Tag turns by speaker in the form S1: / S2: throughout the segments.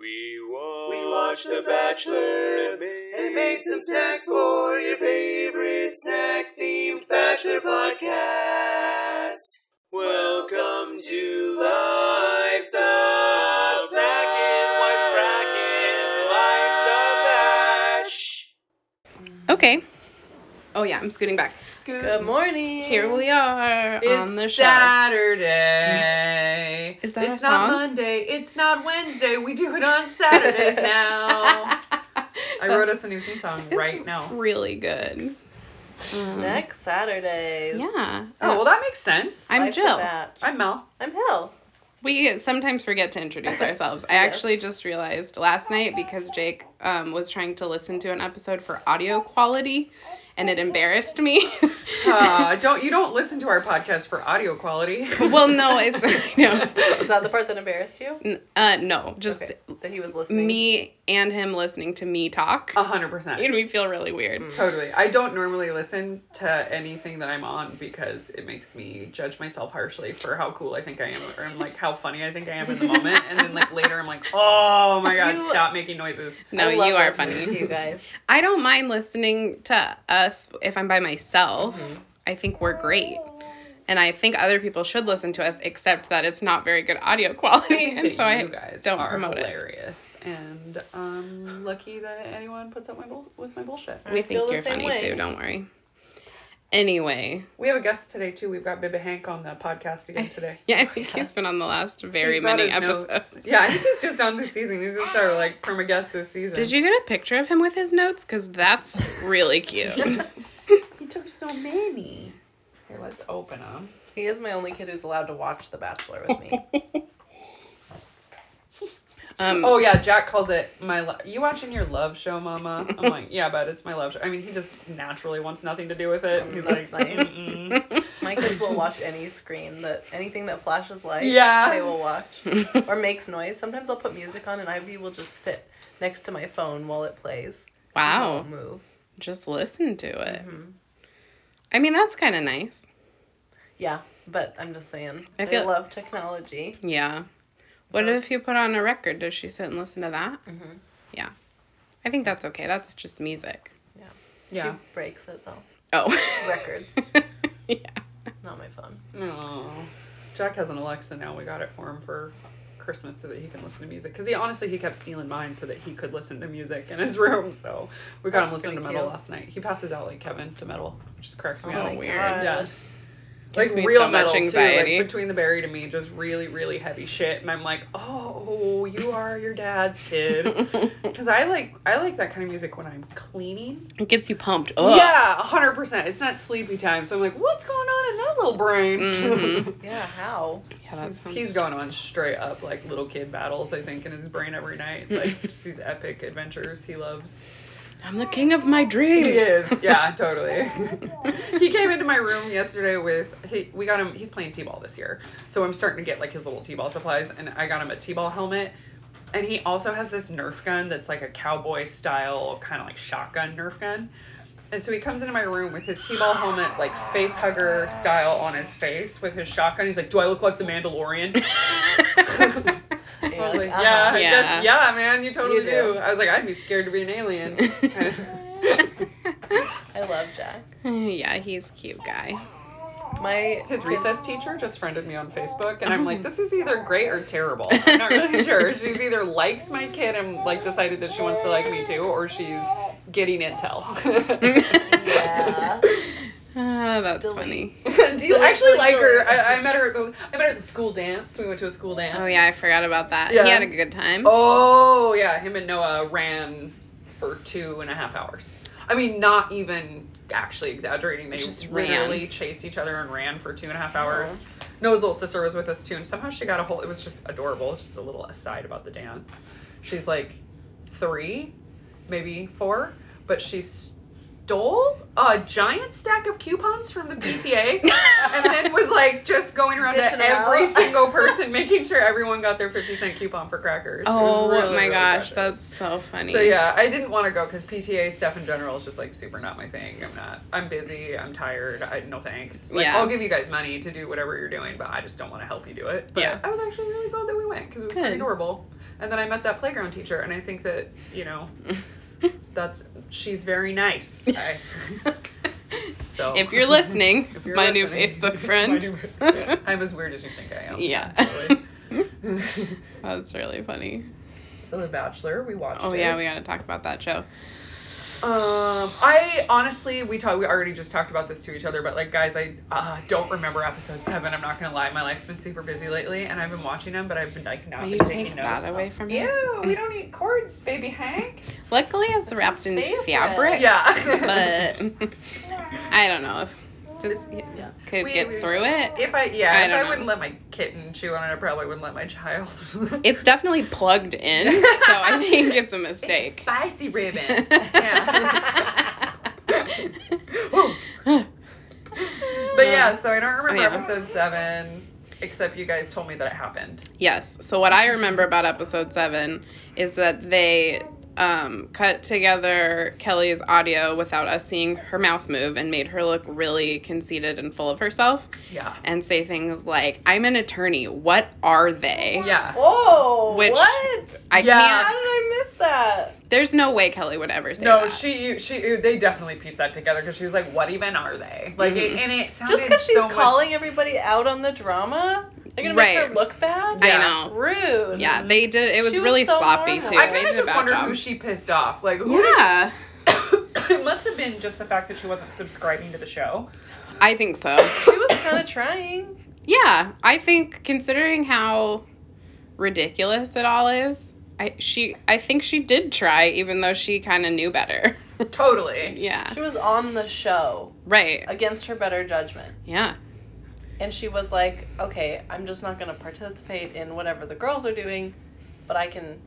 S1: We watched The Bachelor and made some snacks for your favorite snack themed Bachelor podcast. Welcome to Life's a Snackin', what's crackin', Life's a Batch.
S2: Okay. Oh yeah, I'm scooting back.
S3: Good morning.
S2: Here we are
S3: it's
S2: on the show.
S3: Saturday.
S2: Is that
S3: It's
S2: our
S3: not
S2: song?
S3: Monday. It's not Wednesday. We do it on Saturdays now. I wrote us a new theme song
S2: It's
S3: right now.
S2: Really good.
S4: Next Saturdays.
S2: Mm-hmm. Yeah. Uh,
S3: Oh well, that makes sense. I'm,
S2: I'm
S4: Life's a
S2: Jill.
S4: batch.
S3: Mel.
S4: I'm Hill.
S2: We sometimes forget to introduce ourselves. I
S4: Yes.
S2: actually just realized last night because Jake um, was trying to listen to an episode for audio quality, and it embarrassed me.
S3: Uh, don't you don't listen to our podcast for audio quality?
S2: well, no, it's I know.
S4: Is that the part that embarrassed you?
S2: N- Uh, no, just
S4: Okay. That he was listening.
S2: me and him listening to me talk.
S4: Oh.
S3: A hundred
S2: It made
S3: percent.
S2: me feel really weird.
S4: Mm.
S3: Totally. I don't normally listen to anything that I'm on because it makes me judge myself harshly for how cool I think I am or like how funny I think I am in the moment, and then like later I'm like, oh my god,
S4: You-
S3: stop making noises.
S2: No,
S4: I love
S2: you are
S4: listening
S2: funny.
S4: to You guys.
S2: I don't mind listening to us if I'm by myself.
S3: Mm-hmm.
S2: I think we're great. And I think other people should listen to us, except that it's not very good audio quality. And
S3: that
S2: so I
S3: you guys
S2: don't
S3: are
S2: promote it.
S3: hilarious, and um, lucky that anyone puts up my bull- with my bullshit.
S2: We
S4: I
S2: think
S4: feel the
S2: you're
S4: same
S2: funny
S4: way.
S2: too, don't worry. Anyway,
S3: We have a guest today too. We've got Biba Hank on the podcast again today.
S2: yeah, I think he's been on the last very
S3: He's got
S2: many
S3: his notes.
S2: episodes.
S3: Yeah, I think he's just on this season. He's just our like perma guest this season.
S2: Did you get a picture of him with his notes? Because that's really cute.
S3: He took so many. Here, let's open them.
S4: He is my only kid who's allowed to watch The Bachelor with me.
S2: Um,
S3: Oh yeah, Jack calls it my. Lo- you watching your love show, Mama? I'm like, yeah, but it's my love show. I mean, he just naturally wants nothing to do with it. He's like,
S4: That's nice.
S3: "Mm-mm."
S4: my kids will watch any screen that anything that flashes light.
S3: Yeah.
S4: They will watch or makes noise. Sometimes I'll put music on and Ivy will just sit next to my phone while it plays. She
S2: wow.
S4: won't Move.
S2: Just listen to it.
S3: Mm-hmm.
S2: I mean, that's kind of nice.
S4: Yeah, but I'm just saying.
S2: I
S4: I
S2: feel-
S4: they love technology.
S2: Yeah. What if you put on a record? Does she sit and listen to that? Mm-hmm. Yeah. I think that's okay. That's just music.
S4: Yeah.
S3: yeah.
S4: She breaks it though.
S2: Oh.
S4: Records,
S2: yeah.
S4: not my phone.
S3: Oh, Jack has an Alexa now. We got it for him for Christmas so that he can listen to music. Because he honestly he kept stealing mine so that he could listen to music in his room. So we got him
S4: That's
S3: listening to
S4: pretty
S3: metal
S4: cute.
S3: last night. He passes out like Kevin to metal, which is cracks me
S2: Oh,
S3: up.
S2: weird.
S3: Yeah.
S2: Gives
S3: Like
S2: me
S3: real
S2: so much
S3: metal
S2: anxiety.
S3: too, like between the buried and me, just really, really heavy shit. And I'm like, oh, you are your dad's kid. Because I like, I like that kind of music when I'm cleaning.
S2: It gets you pumped. Ugh.
S3: Yeah, hundred percent. It's not sleepy time, so I'm like, what's going on in that little brain?
S2: Mm-hmm.
S4: Yeah, how?
S2: Yeah, that sounds-
S3: He's going on straight up like little kid battles, I think, in his brain every night. Like just these epic adventures he loves.
S2: I'm the king of my dreams.
S3: He is, yeah, totally. he came into my room yesterday with he. We got him. He's playing t-ball this year, so I'm starting to get like his little t-ball supplies, and I got him a t-ball helmet. And he also has this Nerf gun that's like a cowboy style kind of like shotgun Nerf gun. And so he comes into my room with his T-ball helmet, like face hugger style on his face with his shotgun. He's like, "Do I look like the Mandalorian?" I was like,
S4: Uh-huh.
S3: yeah, I
S2: Yeah.
S3: guess, yeah, man, you totally
S4: You
S3: do.
S4: do.
S3: I was like, I'd be scared to be an alien.
S4: I love Jack.
S2: yeah, he's a cute guy.
S4: My
S3: His recess teacher just friended me on Facebook, and I'm
S2: Oh.
S3: like, this is either great or terrible. I'm not really sure. She's either likes my kid and like decided that she wants to like me too, or she's getting intel.
S4: yeah.
S2: Ah, that's
S4: Delete.
S2: funny.
S3: do you actually like her? I, I met her. At the, I met her at the school dance. We went to a school dance.
S2: Oh yeah, I forgot about that.
S3: Yeah.
S2: He had a good time.
S3: Oh yeah, him and Noah ran for two and a half hours. I mean, not even actually exaggerating. They
S2: Just
S3: literally
S2: ran.
S3: chased each other and ran for two and a half hours. Noah's little sister was with us too, and somehow she got a hold. It was just adorable. Just a little aside about the dance. She's like three, maybe four, but she stole a giant stack of coupons from the PTA and then was like just going around
S4: Dishing
S3: to
S4: 'em
S3: every
S4: out.
S3: single person, making sure everyone got their 50 cent coupon for crackers. It was
S2: Oh
S3: really,
S2: my
S3: really
S2: gosh,
S3: precious.
S2: that's so funny.
S3: So yeah, I didn't want to go because PTA stuff in general is just like super not my thing. I'm not. I'm busy. I'm tired. I no thanks. Like,
S2: Yeah.
S3: I'll give you guys money to do whatever you're doing, but I just don't want to help you do it. But
S2: Yeah.
S3: I was actually really glad that we went because it was pretty
S2: Good.
S3: adorable. And then I met that playground teacher, and I think that you know, that's she's very nice. I, so
S2: If you're listening,
S3: If you're
S2: my new
S3: listening.
S2: Facebook
S3: My
S2: friend.
S3: new- I'm as weird as you think I am.
S2: yeah.
S3: Absolutely.
S2: That's really funny.
S3: so The Bachelor, we watched.
S2: Oh
S3: it.
S2: yeah, we gotta talk about that show.
S3: Um, I honestly, we talked. We already just talked about this to each other, but like, guys, I uh, don't remember episode seven. I'm not gonna lie, my life's been super busy lately, and I've been watching them, but I've been like not
S2: Will
S3: been
S2: you
S3: taking
S2: take
S3: notes.
S2: that away from me?
S3: Ew, we don't need cords, baby Hank.
S2: Luckily, it's wrapped in
S4: favorite.
S2: fabric.
S3: Yeah,
S2: But I don't know if just could
S3: We-
S2: get
S3: we-
S2: through it.
S3: if I yeah,
S2: I
S3: if
S2: don't
S3: I
S2: know.
S3: wouldn't let my kitten chew on it, I probably wouldn't let my child.
S2: It's definitely plugged in, so I think it's a
S3: It's
S2: mistake.
S3: spicy ribbon. yeah. Ooh. But yeah, so I don't remember
S2: Uh, oh, yeah.
S3: episode seven, except you guys told me that it happened.
S2: Yes. So what I remember about episode seven is that they um, cut together Kelly's audio without us seeing her mouth move and made her look really conceited and full of herself
S3: Yeah.
S2: and say things like, "I'm an attorney. What are they?"
S3: Yeah.
S4: Oh,
S2: Which-
S4: what?
S2: I
S3: Yeah.
S4: How
S2: can't.
S4: did I miss that?
S2: There's no way Kelly would ever say
S3: No,
S2: that.
S3: she she they definitely pieced that together because she was like, "What even are they?" Like, it, and it sounded
S4: Just because she's
S3: so much-
S4: calling everybody out on the drama, they're gonna make
S2: Right.
S4: her look bad.
S2: I
S3: Yeah.
S2: know.
S4: Rude.
S2: Yeah, they did. It was,
S4: She was
S2: really
S4: so
S2: sloppy
S4: horrible.
S2: too.
S3: I
S4: They
S3: kind of just wonder who she pissed off. Like, who
S2: yeah,
S3: it must have been just the fact that she wasn't subscribing to the show.
S2: I think so.
S4: She was kind of trying.
S2: Yeah, I think considering how ridiculous it all is, I she I think she did try, even though she kind of knew better.
S3: Totally.
S2: yeah,
S4: She was on the show
S2: right.
S4: against her better judgment.
S2: Yeah,
S4: And she was like, okay, I'm just not going to participate in whatever the girls are doing, but I can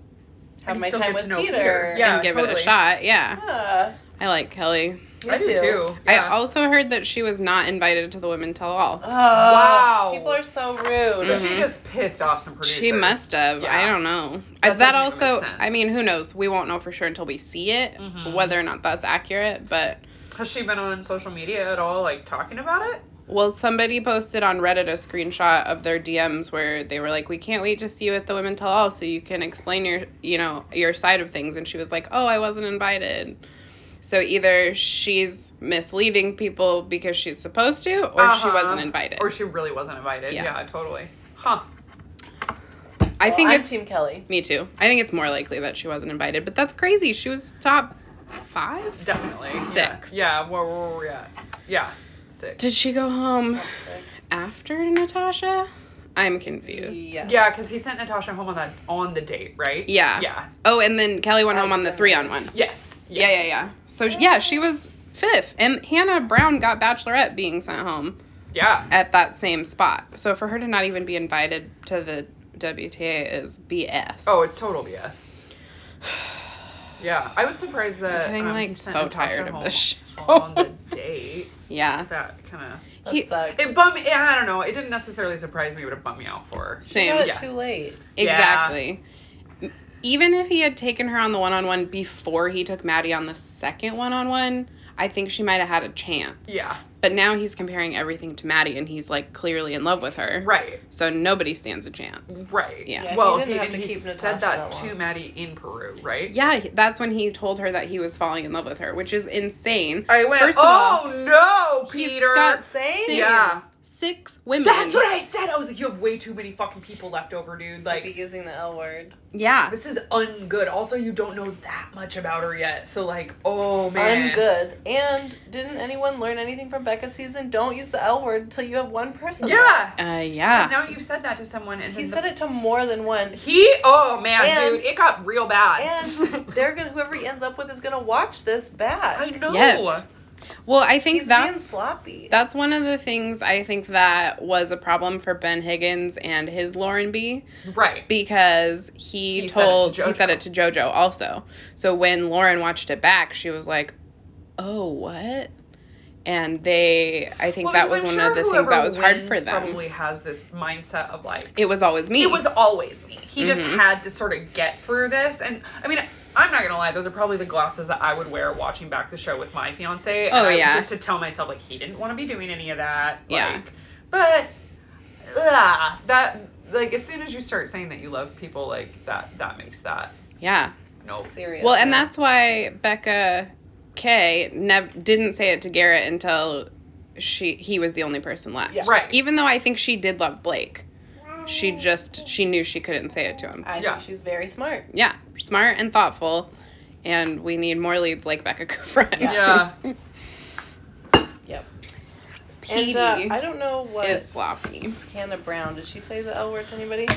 S3: I
S4: have
S3: can
S4: my
S3: still
S4: time
S3: get
S4: with
S3: to know
S4: Peter.
S3: Peter. Yeah.
S2: and give it a
S3: totally.
S2: shot. Yeah,
S4: Yeah.
S2: I like Kelly.
S4: Me
S3: I did too.
S2: I
S3: Yeah.
S2: also heard that she was not invited to the Women Tell All.
S4: Oh,
S3: Wow.
S4: People are so rude.
S3: so she just pissed off some producers.
S2: She must have. I
S3: Oh, Yeah.
S2: don't know.
S3: That
S2: Uh, That,
S3: doesn't even
S2: also,
S3: make sense.
S2: I mean, who knows? We won't know for sure until we see it,
S3: Mhm.
S2: whether or not that's accurate. But
S3: Has she been on social media at all, like talking about it?
S2: Well, somebody posted on Reddit a screenshot of their DMs where they were like, "We can't wait to see you at the Women Tell All, so you can explain your, you know, your side of things." And she was like, "Oh, I wasn't invited." So either she's misleading people because she's supposed to, or she
S3: Uh-huh.
S2: wasn't invited.
S3: Or she really wasn't invited.
S2: Yeah.
S3: Yeah, totally. Huh.
S2: I think
S4: am
S2: it's
S4: Team Kelly.
S2: me too. I think it's more likely that she wasn't invited, but that's crazy. She was top five.
S3: Definitely. Yeah.
S2: Six.
S3: Yeah, where were we at? Yeah. Six.
S2: Did she go home after Natasha? I'm confused.
S4: Yeah.
S3: Yeah, because he sent Natasha home on that on the date, right?
S2: Yeah.
S3: Yeah.
S2: Oh, and then Kelly went
S4: Oh,
S2: home on the
S4: goodness.
S2: three on one.
S3: Yes.
S2: Yeah, yeah, yeah. So sh- yeah, she was fifth, and Hannah Brown got Bachelorette being sent home
S3: Yeah.
S2: at that same spot. So for her to not even be invited to the WTA is BS.
S3: Oh, it's total BS. Yeah, I was surprised that
S2: I'm getting
S3: um, he
S2: like
S3: sent
S2: so
S3: Natasha
S2: tired of
S3: home
S2: this show.
S3: on the date.
S2: yeah,
S3: That kind of
S4: That
S2: He-
S4: sucks.
S3: it bummed. Yeah, I don't know. It didn't necessarily surprise me, but it bummed me out for her.
S4: She
S2: same.
S4: got it
S3: Yeah.
S4: too late.
S2: Exactly. Even if he had taken her on the one on one before he took Maddie on the second one on one, I think she might have had a chance.
S3: Yeah,
S2: But now he's comparing everything to Maddie, and he's like clearly in love with her.
S3: right,
S2: So nobody stands a chance.
S3: right.
S2: Yeah.
S4: Yeah,
S3: well,
S4: he
S3: he,
S4: didn't have
S3: and
S4: to
S3: he
S4: keep Natasha
S3: said
S4: that
S3: that, to
S4: long.
S3: Maddie in Peru, right?
S2: Yeah, he- that's when he told her that he was falling in love with her, which is insane.
S3: I went.
S2: First of all,
S3: oh no,
S2: He's
S3: Peter.
S2: got
S4: same.
S2: six,
S3: Yeah.
S2: six women.
S3: That's what I said. I was like, you have way too many fucking people left over, dude.
S4: Like, be
S3: Like,
S4: using the L word.
S2: yeah,
S3: this is ungood. Also, you don't know that much about her yet. So, like, oh man.
S4: I'm good. And didn't anyone learn anything from Becca's season? Don't use the L word until you have one person.
S3: Yeah.
S2: uh,
S3: Because
S2: yeah.
S3: now you've said that to someone, and
S4: left. He
S3: then
S4: said it to more than one.
S3: the- He, oh man,
S4: And-
S3: dude, it got real bad.
S4: And they're gonna whoever he ends up with is gonna watch this bad.
S3: I know.
S2: Yes. Well, I think
S4: He's being
S2: that's
S4: sloppy.
S2: that's one of the things I think that was a problem for Ben Higgins and his Lauren B
S3: Right.
S2: because he,
S3: He said it to
S2: told he said
S3: JoJo.
S2: it to JoJo also. So when Lauren watched it back, she was like, "Oh, what?" And they, I think
S3: Well,
S2: that was
S3: because I'm
S2: one
S3: sure
S2: of the things that
S3: whoever
S2: was hard for
S3: wins
S2: them.
S3: Probably has this mindset of like,
S2: It was always me.
S3: it was always me. He just had to sort of get through this. And I mean, I'm not gonna lie, those are probably the glasses that I would wear watching back the show with my fiance. and
S2: Oh,
S3: I-
S2: yeah.
S3: Just to tell myself like he didn't want to be doing any of that.
S2: Yeah.
S3: Like, but ugh, that like as soon as you start saying that you love people like that that makes that
S2: Yeah.
S3: no
S4: Serious.
S2: Well, and that's why Becca K nev- didn't say it to Garrett until she he was the only person left.
S4: Yeah.
S3: Right.
S2: Even though I think she did love Blake, she just she knew she couldn't say it to him.
S4: I
S3: Yeah.
S4: think she's very smart.
S2: Yeah, smart and thoughtful, and we need more leads like Becca Friend.
S3: yeah uh,
S4: Yep.
S2: Petey
S4: And, uh, I don't know what
S2: is sloppy.
S4: Hannah Brown. Did she say the L word to anybody?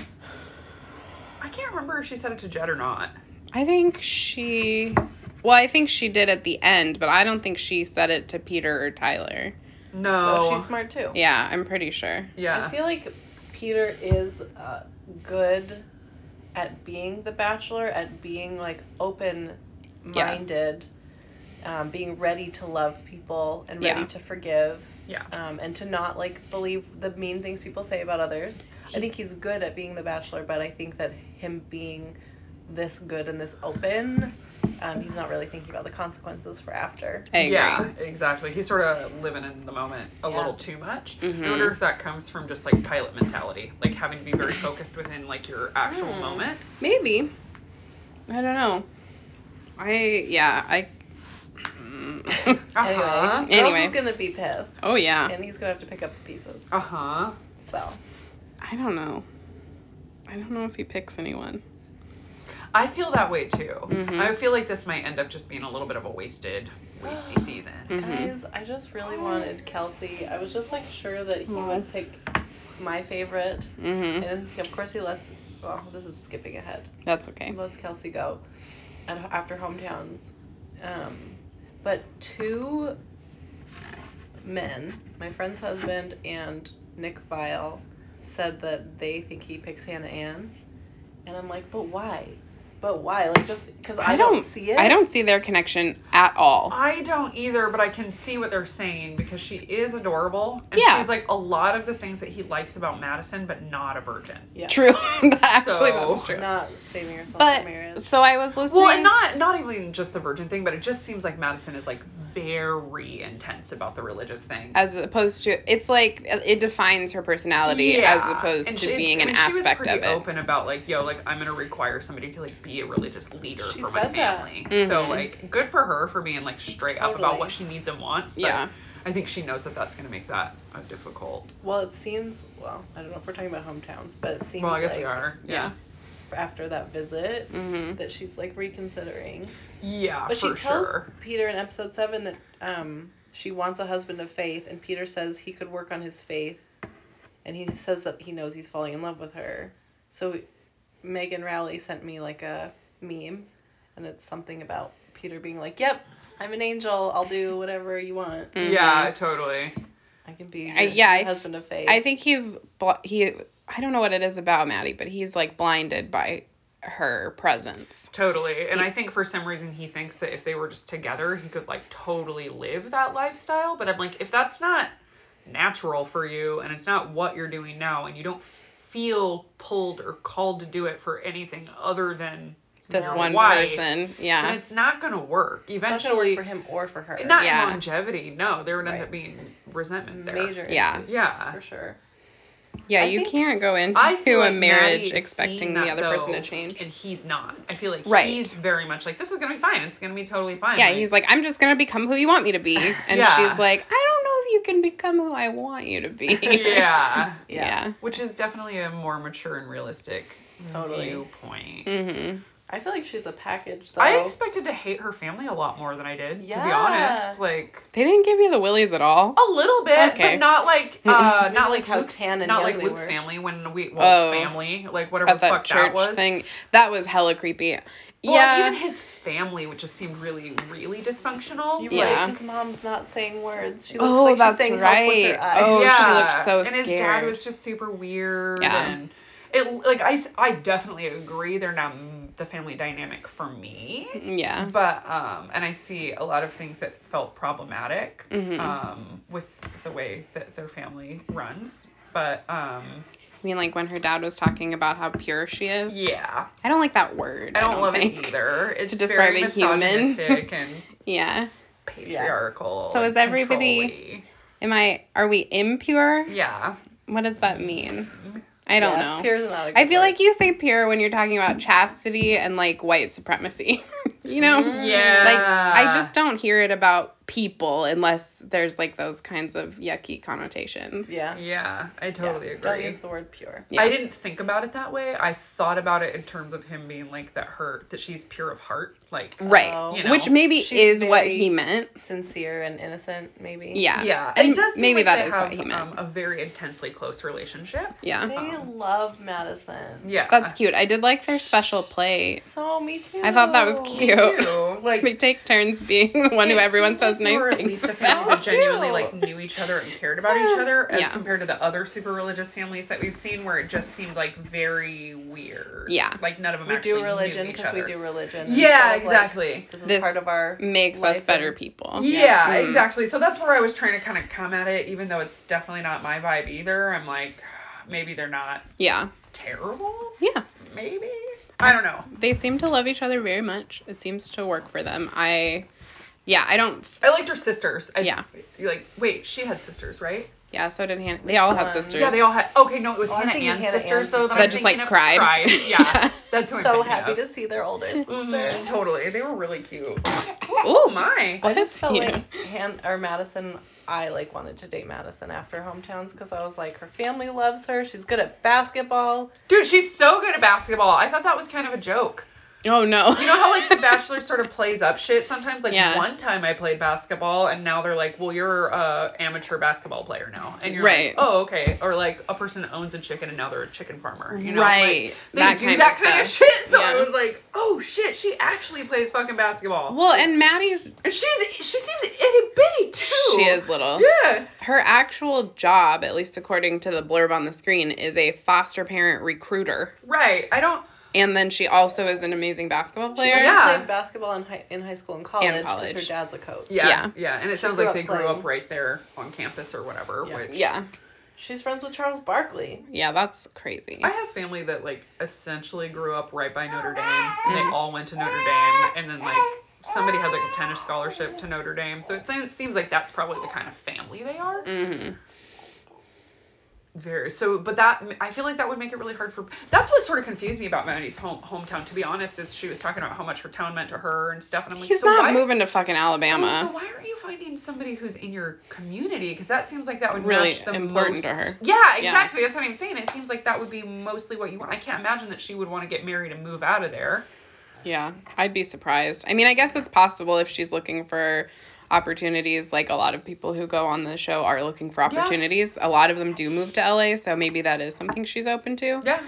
S3: i can't remember if she said it to jed or not
S2: I think she. Well, I think she did at the end, but I don't think she said it to Peter or Tyler.
S3: no
S4: So she's smart too.
S2: Yeah, I'm pretty sure.
S4: I
S3: yeah
S4: feel like Peter is uh, good at being the bachelor, at being like open minded, um, being ready to love people and ready
S2: Yeah.
S4: to forgive.
S3: Yeah.
S4: Um, and to not like believe the mean things people say about others. I think he's good at being the bachelor, but I think that him being this good and this open, um, he's not really thinking about the consequences for after.
S2: I agree.
S3: yeah exactly he's sort of living in the moment a
S4: Yeah.
S3: little too much i
S2: Mhm.
S3: wonder if that comes from just like pilot mentality like having to be very focused within like your actual
S4: Hmm.
S3: moment
S2: Maybe. I don't know. I yeah I. Mm.
S4: Anyway,
S3: uh-huh
S4: Rose
S2: Anyway.
S4: is gonna be pissed,
S2: oh yeah.
S4: and he's gonna have to pick up the pieces.
S3: uh-huh
S4: So.
S2: I don't know. I don't know if he picks anyone.
S3: i feel that way too
S2: Mhm.
S3: i feel like this might end up just being a little bit of a wasted wasty season
S2: Mhm.
S4: Guys, I just really wanted Kelsey. I was just like sure that he
S2: Aw.
S4: would pick my favorite,
S2: Mm-hmm.
S4: and of course he lets. Oh, this is skipping ahead.
S2: That's
S4: He
S2: okay.
S4: lets Kelsey go, and after hometowns, um, but two men, my friend's husband and Nick Vile, said that they think he picks Hannah Ann, and I'm like, but why? But why? Like just because I,
S2: I
S4: don't,
S2: don't-
S4: see it.
S2: I don't see their connection at all.
S3: I don't either, but I can see what they're saying because she is adorable. And
S2: Yeah.
S3: she's like a lot of the things that he likes about Madison, but not a virgin.
S4: Yeah.
S2: True. that actually,
S3: So-
S2: that's true.
S4: Not saving yourself
S2: But
S4: for marriage.
S2: so I was listening.
S3: Well, and not not even just the virgin thing, but it just seems like Madison is like very intense about the religious thing.
S2: as opposed to it's like it defines her personality as opposed
S3: And
S2: to
S3: she-
S2: being an
S3: and she was
S2: aspect of
S3: pretty
S2: it.
S3: Open about like, yo, like I'm gonna require somebody to like be a religious leader
S4: She
S3: for my
S4: said that.
S3: family. So
S2: Mhm.
S3: like, good for her for being like straight up about
S4: Totally.
S3: what she needs and wants. But
S2: Yeah.
S3: I think she knows that that's gonna make that a difficult.
S4: Well, it seems. Well, I don't know if we're talking about hometowns, but it seems
S3: Well, I guess
S4: like
S3: we are.
S2: Yeah.
S4: after that visit
S2: hmm
S4: that she's like reconsidering.
S3: Yeah,
S4: But
S3: Uh, for
S4: she tells
S3: sure.
S4: Peter in episode seven that um, she wants a husband of faith, and Peter says he could work on his faith, and he says that he knows he's falling in love with her. So Megan Rowley sent me like a meme, and it's something about Peter being like, "Yep, I'm an angel. I'll do whatever you want.
S3: Mm.
S2: Mm-hmm.
S3: Yeah, totally.
S4: I can be your
S2: I- yeah, I-
S4: husband of faith."
S2: I think he's bl- he. I don't know what it is about Maddie, but he's like blinded by her presence.
S3: Totally. And I think for some reason he thinks that if they were just together, he could like totally live that lifestyle. But I'm like, if that's not natural for you and it's not what you're doing now and you don't feel pulled or called to do it for anything other than
S2: This
S3: your
S2: one
S3: wife,
S2: person,
S3: then
S2: yeah,
S3: it's not going to work.
S4: it's not gonna
S3: Eventually,
S4: work for him or for her.
S3: not
S2: Yeah.
S3: longevity. No, there would end up
S4: Right.
S3: being resentment there.
S4: major.
S2: Yeah.
S4: issues,
S3: Yeah.
S4: for sure.
S2: yeah.
S4: I
S2: you
S4: think-
S2: can't go
S3: I
S2: into
S3: feel
S2: a
S3: like Maddie
S2: marriage
S3: is
S2: expecting
S3: seeing
S2: the
S3: that,
S2: other person
S3: though,
S2: to change.
S3: and he's not. I feel like
S2: Right.
S3: he's very much like this is gonna be fine. It's gonna be totally fine.
S2: Yeah, he's like, I'm just gonna become who you want me to be, and
S3: Yeah.
S2: she's like, I don't know if you can become who I want you to be.
S3: yeah,
S2: yeah.
S3: which is definitely a more mature and realistic
S4: Totally.
S3: viewpoint.
S2: Mm-hmm.
S4: I feel like she's a package though.
S3: I expected to hate her family a lot more than I did. To be
S4: Yeah.
S3: honest, like
S2: They didn't give you the willies at all.
S3: a little bit,
S2: Okay.
S3: but not like uh,
S4: Maybe like
S3: not like
S4: how
S3: Luke's,
S4: tan and
S3: not
S4: young
S3: like
S4: they
S3: Luke's
S4: were.
S3: family when we well,
S2: Oh.
S3: family like whatever
S2: at
S3: the
S2: that
S3: fuck that
S2: church
S3: was.
S2: thing. That was hella creepy.
S3: Well,
S2: yeah.
S3: even his family, which just seemed really, really dysfunctional.
S4: You were
S2: Yeah.
S4: like, his mom's not saying words. She looks
S2: Oh,
S4: like
S2: that's
S4: she's saying help
S2: right.
S4: with her eyes.
S2: Oh, she looked so
S3: and his dad
S2: scared.
S3: was just super weird.
S2: Yeah.
S3: And it like I, s- I definitely agree they're not m- the family dynamic for me.
S2: yeah.
S3: But um and I see a lot of things that felt problematic
S2: Mhm.
S3: um with the way that their family runs. But um
S2: I mean, like when her dad was talking about how pure she is.
S3: yeah.
S2: I don't like that word.
S3: I don't, love
S2: think.
S3: it either. It's
S2: describe
S3: very
S2: a human.
S3: misogynistic and
S2: Yeah.
S3: patriarchal.
S2: So is
S3: and
S2: everybody-
S3: control-y.
S2: Am I? Are we impure?
S3: Yeah.
S2: What does that mean? I don't
S4: Yeah,
S2: know.
S4: Pure's not a good
S2: I feel
S4: word.
S2: like you say pure when you're talking about chastity and like white supremacy. you know?
S3: Yeah.
S2: Like I just don't hear it about people unless there's like those kinds of yucky connotations.
S4: Yeah.
S3: Yeah, I
S4: Yeah,
S3: Mm, totally
S4: Don't
S3: agree.
S4: use the word pure.
S2: Yeah.
S3: I didn't think about it that way. I thought about it in terms of him being like that her that she's pure of heart. Like
S2: Right.
S4: Oh.
S3: You know.
S2: Which maybe
S4: She's
S2: is what
S4: very-
S2: he meant.
S4: Sincere and innocent, maybe.
S2: Yeah.
S3: Yeah.
S2: And
S3: it does seem
S2: maybe
S3: like
S2: that
S3: they
S2: is
S3: have
S2: what he meant.
S3: um, a very intensely close relationship.
S2: yeah.
S4: They love Madison.
S3: Uh-huh. Yeah.
S2: That's cute. I did like their special play.
S4: So me too.
S2: I thought that was
S3: Me
S2: cute.
S3: too. Like
S2: They take turns being the one who
S3: it
S2: everyone says
S3: seemed like
S2: nice
S3: they were at
S2: things
S3: least a
S2: about.
S3: family that genuinely
S4: No.
S3: like knew each other and cared about each other as
S2: Yeah.
S3: compared to the other super religious families that we've seen where it just seemed like very weird.
S2: Yeah.
S3: Like none of them
S4: We
S3: actually
S4: do religion
S3: knew each
S4: because we
S3: other.
S4: do religion. and
S3: Yeah,
S4: sort of, like,
S3: exactly.
S4: this is
S2: This
S4: part of our
S2: Makes
S4: life
S2: us better
S4: and-
S2: people.
S3: Yeah,
S4: Hmm.
S2: Mhm.
S3: exactly. So that's where I was trying to kind of come at it, even though it's definitely not my vibe either. I'm like, maybe they're not
S2: Yeah.
S3: terrible.
S2: Yeah.
S3: Maybe I don't know.
S2: They seem to love each other very much. It seems to work for them. I yeah, I don't
S3: I liked her sisters. I,
S2: Yeah.
S3: Like, wait, she had sisters, right?
S2: yeah, so did Hannah. They all had
S4: Um,
S2: sisters.
S3: Yeah, they all had. Okay, no, it was
S4: Oh, I
S3: Hannah
S4: think
S3: Ann's
S4: Hannah
S3: sisters
S4: Ann's
S3: though. That,
S2: That
S3: I'm
S2: just,
S3: thinking
S2: like,
S3: of.
S2: cried.
S3: Cried. Yeah,
S2: Yeah.
S3: that's who I'm
S4: So
S3: thinking
S4: happy
S3: of.
S4: to see their older sister.
S2: Mm-hmm.
S3: Mhm, Totally, they were really cute. Oh my!
S4: I just felt
S2: Yeah.
S4: like Han or Madison. I like wanted to date Madison after hometowns because I was like, her family loves her. She's good at basketball.
S3: Dude, she's so good at basketball. I thought that was kind of a joke.
S2: Oh no.
S3: You know how like The Bachelor sort of plays up shit sometimes? Like
S2: Yeah.
S3: one time I played basketball and now they're like, Well, you're a amateur basketball player now. And you're
S2: Right.
S3: like, Oh, okay. Or like a person that owns a chicken and now they're a chicken farmer. You know?
S2: Right.
S3: Like, they
S2: That
S3: do
S2: kind
S3: that
S2: of
S3: kind of
S2: stuff.
S3: shit. So I
S2: Yeah.
S3: was like, Oh shit, she actually plays fucking basketball.
S2: well, and Maddie's
S3: and she's she seems itty bitty too.
S2: she is little.
S3: Yeah.
S2: Her actual job, at least according to the blurb on the screen, is a foster parent recruiter.
S3: Right. I don't
S2: And then she also is an amazing basketball player.
S4: She
S3: Yeah.
S4: played basketball in high in high school and college. 'cause
S2: college.
S4: Her dad's a coach.
S3: yeah, yeah.
S2: Yeah.
S3: And it sounds
S4: grew
S3: like
S4: up
S3: they grew
S4: playing.
S3: up right there on campus or whatever,
S4: Yeah.
S3: which
S2: Yeah.
S4: She's friends with Charles Barkley.
S2: Yeah, that's crazy.
S3: I have family that like essentially grew up right by Notre Dame, and they all went to Notre Dame, and then like somebody had like a tennis scholarship to Notre Dame. So it seems, seems like that's probably the kind of family they are.
S2: hmm
S3: Very so, but that I feel like that would make it really hard for. That's what sort of confused me about Maddie's home hometown. To be honest, is she was talking about how much her town meant to her and stuff, and I'm like,
S2: He's
S3: so
S2: not
S3: why,
S2: moving to fucking Alabama.
S3: Well, so why aren't you finding somebody who's in your community? Because that seems like that would
S2: Really
S3: match the
S2: important to
S3: most-
S2: her.
S3: Yeah, exactly. That's what I'm saying. It seems like that would be mostly what you want. I can't imagine that she would want to get married and move out of there.
S2: Yeah, I'd be surprised. I mean, I guess it's possible if she's looking for opportunities, like a lot of people who go on the show are looking for
S3: Yeah.
S2: opportunities. A lot of them do move to LA, so maybe that is something she's open to.
S3: Yeah,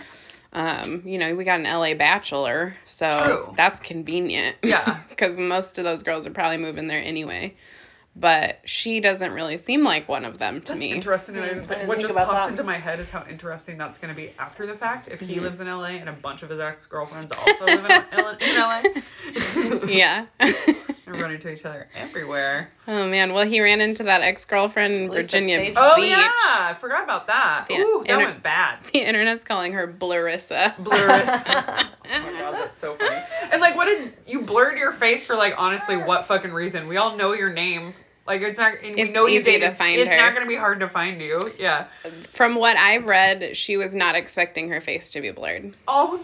S2: Um, you know, we got an LA bachelor, so
S3: True.
S2: that's convenient.
S3: Yeah.
S2: Because most of those girls are probably moving there anyway. But she doesn't really seem like one of them to
S3: that's
S2: me.
S3: interesting.
S4: Mm, I
S3: And I,
S4: didn't
S3: what
S4: think
S3: just
S4: about
S3: popped
S4: that.
S3: into my head is how interesting that's going to be after the fact. If
S2: Mm-hmm.
S3: he lives in LA and a bunch of his ex girlfriends also live in LA, in LA
S2: yeah.
S3: they're running to each other everywhere.
S2: oh man. Well, he ran into that ex girlfriend in
S4: At least that's
S2: Virginia Beach.
S4: staged.
S3: Oh yeah, I forgot about that.
S2: Yeah,
S3: Ooh, that
S2: and it-
S3: went bad.
S2: The internet's calling her Blurissa.
S3: Blurrest. Oh my god, that's so funny. And like, what did you blurred your face for? Like, honestly, what fucking reason? We all know your name. Like, it's not. And we
S2: It's
S3: know you
S2: easy to
S3: dated-
S2: find
S3: It's
S2: her.
S3: not gonna be hard to find you. Yeah.
S2: From what I've read, she was not expecting her face to be blurred.
S3: Oh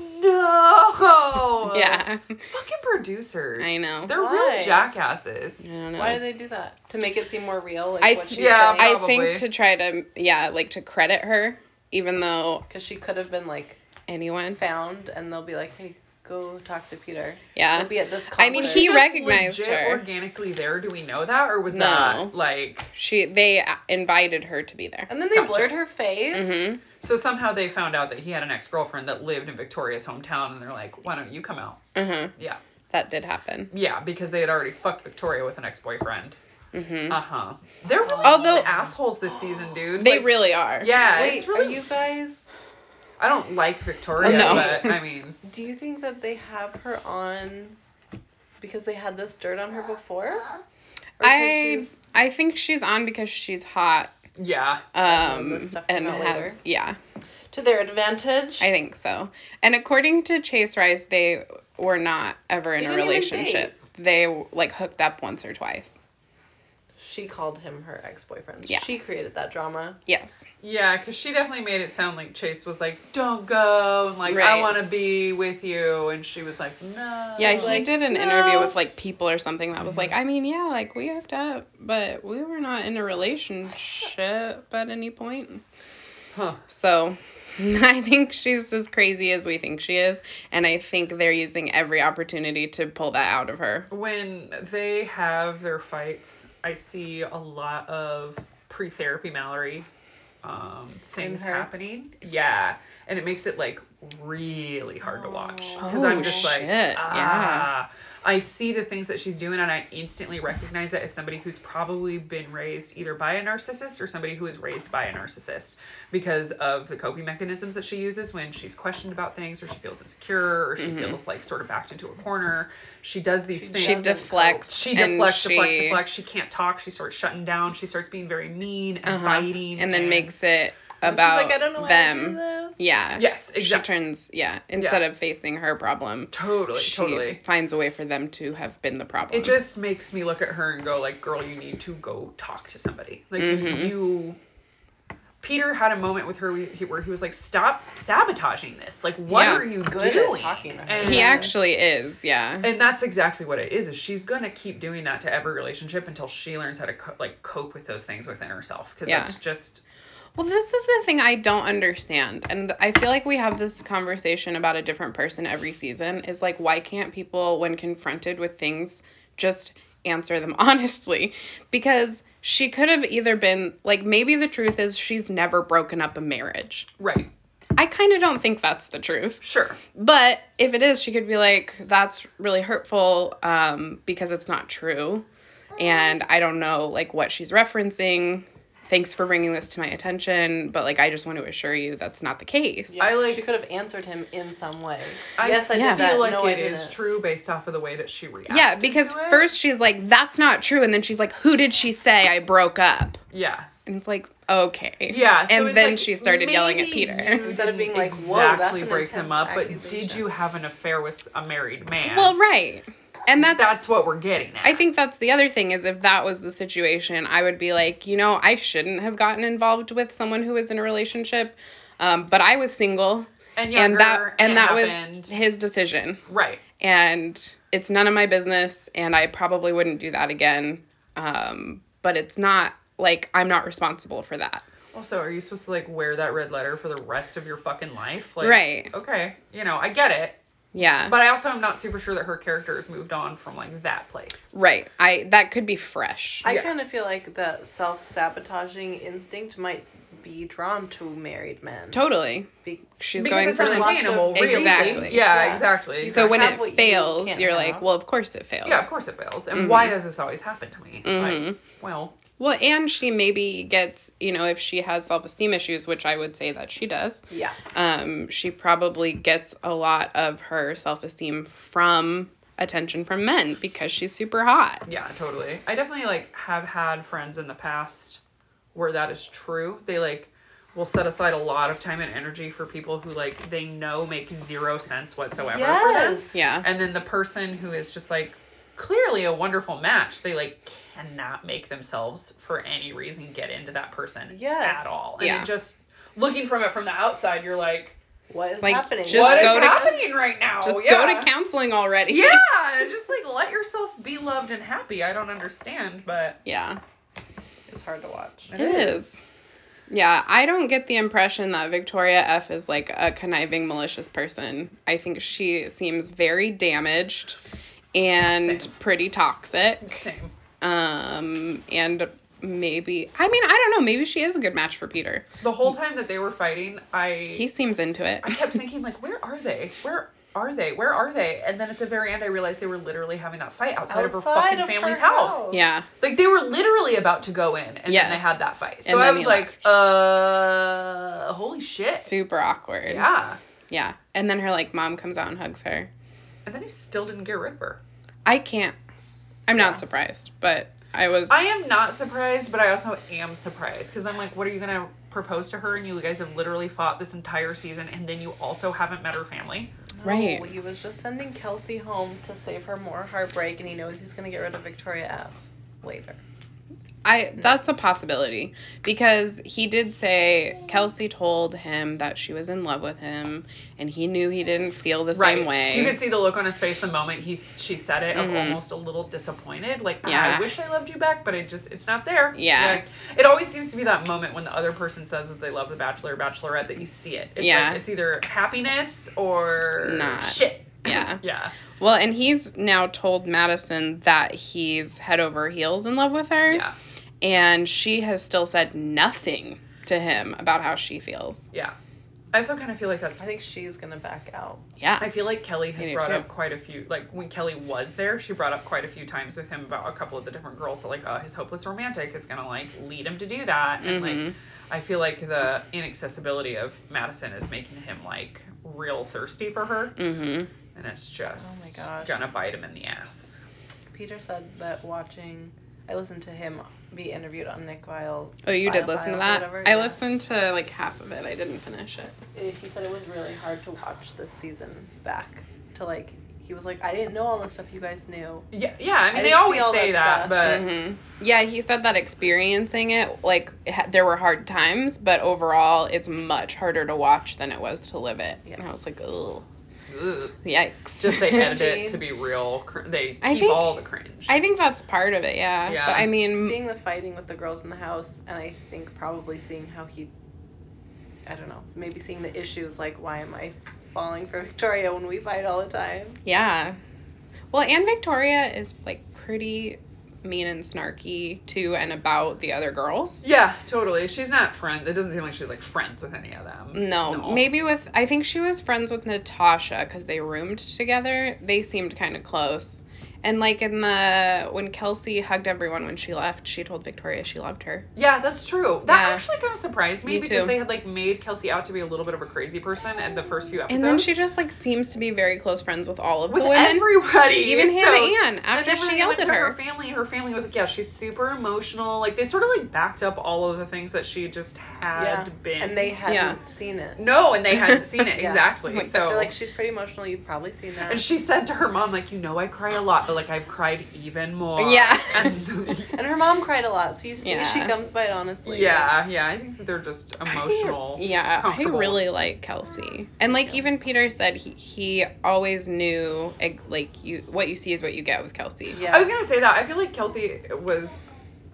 S3: no.
S2: yeah.
S3: Fucking producers.
S2: I know.
S3: They're
S4: Why?
S3: real jackasses.
S2: I don't know.
S4: Why do they do that? To make it seem more real, like
S2: I
S4: what
S2: th-
S4: she's
S3: yeah,
S4: saying.
S2: I
S3: Probably.
S2: think to try to, yeah, like to credit her, even though
S4: Because Oh, she could have been like
S2: anyone.
S4: found, and they'll be like, "Hey, go talk to Peter.
S2: Yeah.
S4: He'll be at this."
S2: I mean,
S4: concert."
S2: he
S3: Just
S2: recognized
S3: legit
S2: her.
S3: organically there. Do we know that, or was
S2: No.
S3: that like?
S2: She, they uh, invited her to be there.
S4: And then they
S3: Gotcha.
S4: blurred her face.
S2: hmm
S3: So somehow they found out that he had an ex girlfriend that lived in Victoria's hometown, and they're like, "Why don't you come out?"
S2: hmm
S3: Yeah.
S2: That did happen.
S3: Yeah, because they had already fucked Victoria with an ex boyfriend. Uh huh. They're really
S2: Mm-hmm. Although-
S3: fucking assholes this season, dude.
S2: They
S3: Like,
S2: really are.
S3: Yeah,
S4: Wait,
S3: it's really.
S4: are you guys?
S3: I don't like Victoria,
S2: No.
S3: but I mean,
S4: Do you think that they have her on because they had this dirt on her before? Or 'cause
S2: I,
S4: she's-
S2: I think she's on because she's hot.
S3: yeah.
S2: Um,
S4: this stuff came
S2: and
S4: out
S2: has,
S4: later.
S2: yeah.
S4: to their advantage.
S2: I think so. And according to Chase Rice, they were not ever in
S4: They
S2: a
S4: didn't even
S2: relationship. They like hooked up once or twice.
S4: She called him her ex boyfriend.
S2: Yeah.
S4: She created that drama.
S2: Yes.
S3: Yeah, because she definitely made it sound like Chase was like, "Don't go," and like, "I
S2: Right.
S3: want to be with you," and she was like, "No."
S2: Yeah, he
S4: like,
S2: did an interview
S4: no. Mm-hmm.
S2: with like people or something that was like, I mean, yeah, like we hooked up, but we were not in a relationship at any point.
S3: Huh.
S2: So I think she's as crazy as we think she is. And I think they're using every opportunity to pull that out of her.
S3: When they have their fights, I see a lot of pre-therapy Mallory um, things
S4: her.
S3: happening. Yeah, and it makes it like really hard to watch because
S2: Oh,
S3: I'm just like,
S2: shit, yeah.
S3: ah. I see the things that she's doing, and I instantly recognize it as somebody who's probably been raised either by a narcissist or somebody who is raised by a narcissist because of the coping mechanisms that she uses when she's questioned about things, or she feels insecure, or she
S2: Mm-hmm.
S3: feels like sort of backed into a corner. She does these things.
S2: She
S4: doesn't
S2: deflects.
S3: She
S2: and
S3: deflects,
S2: she,
S3: deflects, deflects. She can't talk. She starts shutting down. She starts being very mean and
S2: uh-huh,
S3: biting.
S2: And then makes it
S4: And she's
S2: about
S4: like, I don't know why I do
S2: them.
S4: this.
S2: yeah.
S3: Yes, exactly.
S2: She turns, yeah, instead of facing her problem,
S3: Totally,
S2: she um,
S3: totally.
S2: finds a way for them to have been the problem.
S3: It just makes me look at her and go, like, girl, you need to go talk to somebody. Like,
S2: Mm-hmm.
S3: you. Peter had a moment with her where he- where he was like, "Stop sabotaging this! Like, what
S2: Yeah.
S3: are you
S4: Good at
S3: doing?"
S4: talking to her.
S3: And,
S2: he actually is, yeah.
S3: and that's exactly what it is. Is she's gonna keep doing that to every relationship until she learns how to co- like cope with those things within herself? Because
S2: Yeah.
S3: that's just
S2: Well, this is the thing I don't understand. And I feel like we have this conversation about a different person every season is like, why can't people, when confronted with things, just answer them honestly? Because she could have either been like, maybe the truth is she's never broken up a marriage.
S3: right.
S2: I kind of don't think that's the truth.
S3: Sure.
S2: But if it is, she could be like, that's really hurtful um, because it's not true. And I don't know like what she's referencing. Thanks for bringing this to my attention, but like I just want to assure you that's not the case.
S3: I like-
S4: She could have answered him in some way.
S3: I
S4: yes, I
S2: yeah.
S4: did
S3: I
S4: that.
S3: feel like
S4: no, I
S3: it is
S4: didn't.
S3: true based off of the way that she reacts.
S2: yeah, because first she's like, that's not true. And then she's like, who did she say I broke up?
S3: Yeah.
S2: And it's like, okay.
S3: Yeah. so it's
S2: and then
S3: like,
S2: she started yelling at
S3: maybe you
S2: Peter.
S4: Instead of being
S3: didn't
S4: like, "Whoa, that's
S3: exactly
S4: an
S3: break them up,
S4: intense
S3: but did
S4: accusation."
S3: you have an affair with a married man?
S2: Well, right. And that's
S3: that's what we're getting at.
S2: I think that's the other thing is if that was the situation, I would be like, you know, I shouldn't have gotten involved with someone who was in a relationship, um, but I was single,
S3: and,
S2: and that
S3: younger, it
S2: and that
S3: happened.
S2: was his decision,
S3: right.
S2: and it's none of my business, and I probably wouldn't do that again. Um, but it's not like I'm not responsible for that.
S3: Also, are you supposed to like wear that red letter for the rest of your fucking life? Like,
S2: Right.
S3: Okay, you know, I get it,
S2: Yeah.
S3: but I also am not super sure that her character has moved on from like that place.
S2: right. I that could be fresh.
S4: I
S3: Yeah.
S4: kind of feel like the self sabotaging instinct might be drawn to married men.
S2: totally.
S4: Be-
S2: She's
S3: because
S2: going
S3: it's
S2: for
S4: some-
S3: unattainable,
S4: Lots of
S3: really.
S2: Exactly.
S3: Yeah,
S4: Yeah.
S3: exactly.
S2: so when
S4: have
S2: it
S4: what you
S2: fails,
S4: can't
S2: you're
S4: have.
S2: like, well, of course it fails. Mm-hmm.
S3: yeah, of course it fails. And why does this always happen to me? Like, well,
S2: Well, and she maybe gets, you know, if she has self esteem issues, which I would say that she does,
S4: yeah.
S2: um, she probably gets a lot of her self esteem from attention from men because she's super hot.
S3: Yeah, totally. I definitely like have had friends in the past where that is true. They like will set aside a lot of time and energy for people who like they know make zero sense whatsoever for them.
S4: Yes.
S2: Yeah.
S3: And then the person who is just like clearly a wonderful match, they like cannot make themselves for any reason get into that person
S4: Yes.
S3: at all. And
S2: Yeah.
S3: it just looking from it from the outside, you're like,
S4: What is
S2: Like,
S4: happening?
S2: just
S3: what is
S2: go to-
S3: happening right now?
S2: Just
S3: Oh, Yeah.
S2: go to counseling already.
S3: Yeah, just like let yourself be loved and happy. I don't understand, but
S2: Yeah.
S4: It's hard to watch.
S2: It is. Yeah, I don't get the impression that Victoria F is like a conniving, malicious person. I think she seems very damaged and
S3: Same.
S2: pretty toxic.
S3: Same.
S2: Um, and maybe, I mean, I don't know, maybe she is a good match for Peter.
S3: The whole time that they were fighting, I
S2: He seems into it.
S3: I kept thinking like, where are they? Where are they? Where are they? And then at the very end, I realized they were literally having that fight outside, of her
S4: Outside
S3: fucking
S4: of her
S3: family's house.
S4: house.
S2: Yeah.
S3: Like they were literally about to go in, and then they
S2: Yes.
S3: had that fight. So
S2: And
S3: I
S2: then
S3: was
S2: he
S3: like,
S2: left.
S3: uh, holy shit,
S2: Super awkward.
S3: yeah.
S2: Yeah. And then her like mom comes out and hugs her.
S3: And then he still didn't get rid of her.
S2: I can't. I'm not surprised, but I was
S3: I am not surprised, but I also am surprised because I'm like, what are you gonna propose to her? And you guys have literally fought this entire season, and then you also haven't met her family.
S2: right.
S4: No, he was just sending Kelsey home to save her more heartbreak, and he knows he's going to get rid of Victoria F later.
S2: I that's a possibility because he did say Kelsey told him that she was in love with him, and he knew he didn't feel the same way. Mm-hmm.
S3: You could see the look on his face the moment he s- she said it of almost a little disappointed. Like, "Ah,
S2: Yeah.
S3: I wish I loved you back, but it just it's not there.
S2: Yeah.
S3: Like, it always seems to be that moment when the other person says that they love the bachelor or bachelorette that you see it. It's
S2: Yeah.
S3: Like, it's either happiness or
S2: Not.
S3: shit.
S2: Yeah.
S3: yeah.
S2: well, and he's now told Madison that he's head over heels in love with her,
S3: Yeah.
S2: and she has still said nothing to him about how she feels.
S3: Yeah. I also kind of feel like that's
S4: I think she's gonna back out.
S2: Yeah.
S3: I feel like Kelly
S2: I
S3: has
S2: do
S3: brought
S2: too.
S3: up quite a few, like when Kelly was there, she brought up quite a few times with him about a couple of the different girls that, like, uh, his hopeless romantic is gonna like lead him to do that, and
S2: Mhm.
S3: like, I feel like the inaccessibility of Madison is making him like real thirsty for her,
S2: mm-hmm.
S3: and it's
S2: Oh
S3: just
S4: gosh.
S3: gonna bite him in the ass.
S4: Peter said that watching. I listened to him be interviewed on Nick Vile.
S2: Oh, you did
S4: Vile
S2: listen to
S4: Vile,
S2: that?
S4: whatever,
S2: I
S4: yeah.
S2: listened to like half of it. I didn't finish it.
S4: Eh, He said it was really hard to watch this season back. To like, he was like, I didn't know all the stuff you guys knew.
S3: Yeah, yeah. I mean,
S4: I didn't
S3: they
S4: see
S3: always
S4: all
S3: say
S4: that
S3: that, but
S2: hmm Yeah, he said that experiencing it, like, ha- there were hard times, but overall, it's much harder to watch than it was to live it. And I was like, ugh, Mm-hmm.
S3: ugh,
S2: yikes.
S3: just they edit it
S4: Cringy.
S3: to be real. Cr- they
S2: I
S3: keep
S2: think-
S3: all the cringe.
S2: I think that's part of it, yeah.
S3: Yeah.
S2: But I mean,
S4: Seeing the fighting with the girls in the house, and I think probably seeing how he. I don't know. Maybe seeing the issues like, why am I falling for Victoria when we fight all the time?
S2: yeah. Well, and Victoria is, like, pretty mean and snarky to and about the other girls.
S3: yeah, totally. She's not friend. It doesn't seem like she's like friends with any of them.
S2: No, maybe with I think she was friends with Natasha because they roomed together. They seemed kind of close, and like in the when Kelsey hugged everyone when she left, she told Victoria she loved her.
S3: Yeah, that's true. That
S2: Yeah.
S3: actually kind of surprised me,
S2: Me
S3: because
S2: too.
S3: they had like made Kelsey out to be a little bit of a crazy person in the first few episodes.
S2: And then she just like seems to be very close friends with all of
S3: with
S2: the women,
S3: everybody,
S2: even
S3: so-
S2: Hannah Ann
S3: And
S2: after
S3: then when
S2: she
S3: they
S2: yelled
S3: went
S2: at
S3: to her.
S2: her.
S3: family, her family was like, "Yeah, she's super emotional." Like they sort of like backed up all of the things that she just had been.
S4: And they hadn't
S2: Yeah.
S4: seen it.
S3: no, and they hadn't seen it
S4: Yeah.
S3: exactly.
S2: Like,
S3: so
S4: They're like, she's pretty emotional. You've probably seen that.
S3: and
S4: And,
S3: she said to her mom, like, "You know, I cry a lot, but like I've cried even more."
S2: Yeah.
S3: And
S4: her mom cried a lot, so you see
S2: Yeah.
S4: she comes by it honestly.
S3: yeah, yeah. I think that they're just emotional.
S2: Yeah, I
S3: comfortable.
S2: really like Kelsey, and like even Peter said, he he always knew like, like you what you see is what you get with Kelsey.
S4: Yeah.
S3: I was gonna say that. I feel like Kelsey was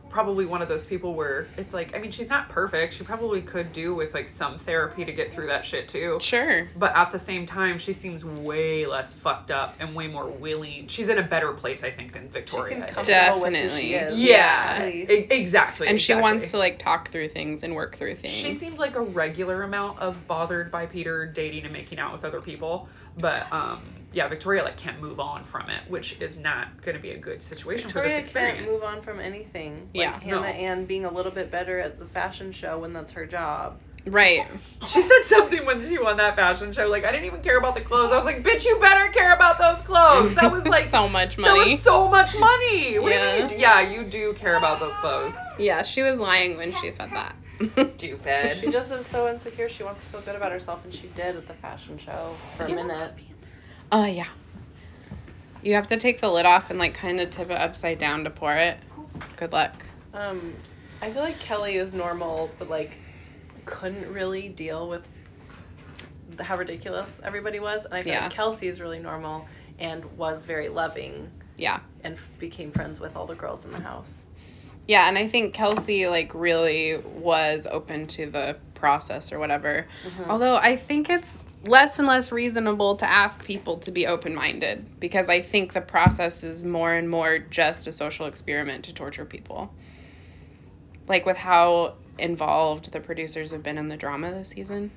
S3: probably one of those people where it's like, I mean, she's not perfect. She probably could do with like some therapy to get through that shit too.
S2: Sure.
S3: But at the same time, she seems way less fucked up and way more willing. She's in a better place, I think, than
S4: she
S3: Victoria.
S4: seems
S3: is.
S4: comfortable with who
S2: Definitely.
S4: she is.
S3: yeah,
S4: Please.
S3: e- exactly.
S2: And she
S3: exactly.
S2: wants to like talk through things and work through things.
S3: She seemed like a regular amount of bothered by Peter dating and making out with other people, but um, yeah, Victoria like can't move on from it, which is not going to be a good situation for
S4: Victoria
S3: this experience.
S4: can't move on from anything. Like
S2: Yeah.
S4: Hannah
S3: No.
S4: Ann being a little bit better at the fashion show when that's her job.
S2: right.
S3: She said something when she won that fashion show, like I didn't even care about the clothes. I was like, "Bitch, you better care about those clothes." That was like
S2: so much
S3: that
S2: money.
S3: was so much money. What
S2: Yeah.
S3: do you mean? Yeah, you do care about those clothes.
S2: yeah, she was lying when she said that.
S4: She
S3: Stupid.
S4: just is so insecure. She wants to feel good about herself, and she did at the fashion show for a minute.
S2: Oh yeah. You have to take the lid off and like kind of tip it upside down to pour it. Good luck.
S4: Um, I feel like Kelly is normal, but like couldn't really deal with the- how ridiculous everybody was, and I feel
S2: Yeah.
S4: like Kelsey is really normal and was very loving
S2: Yeah.
S4: and f- became friends with all the girls in the house.
S2: Yeah, and I think Kelsey like really was open to the process or whatever. Although I think it's less and less reasonable to ask people to be open-minded because I think the process is more and more just a social experiment to torture people. Like with how involved the producers have been in the drama this season.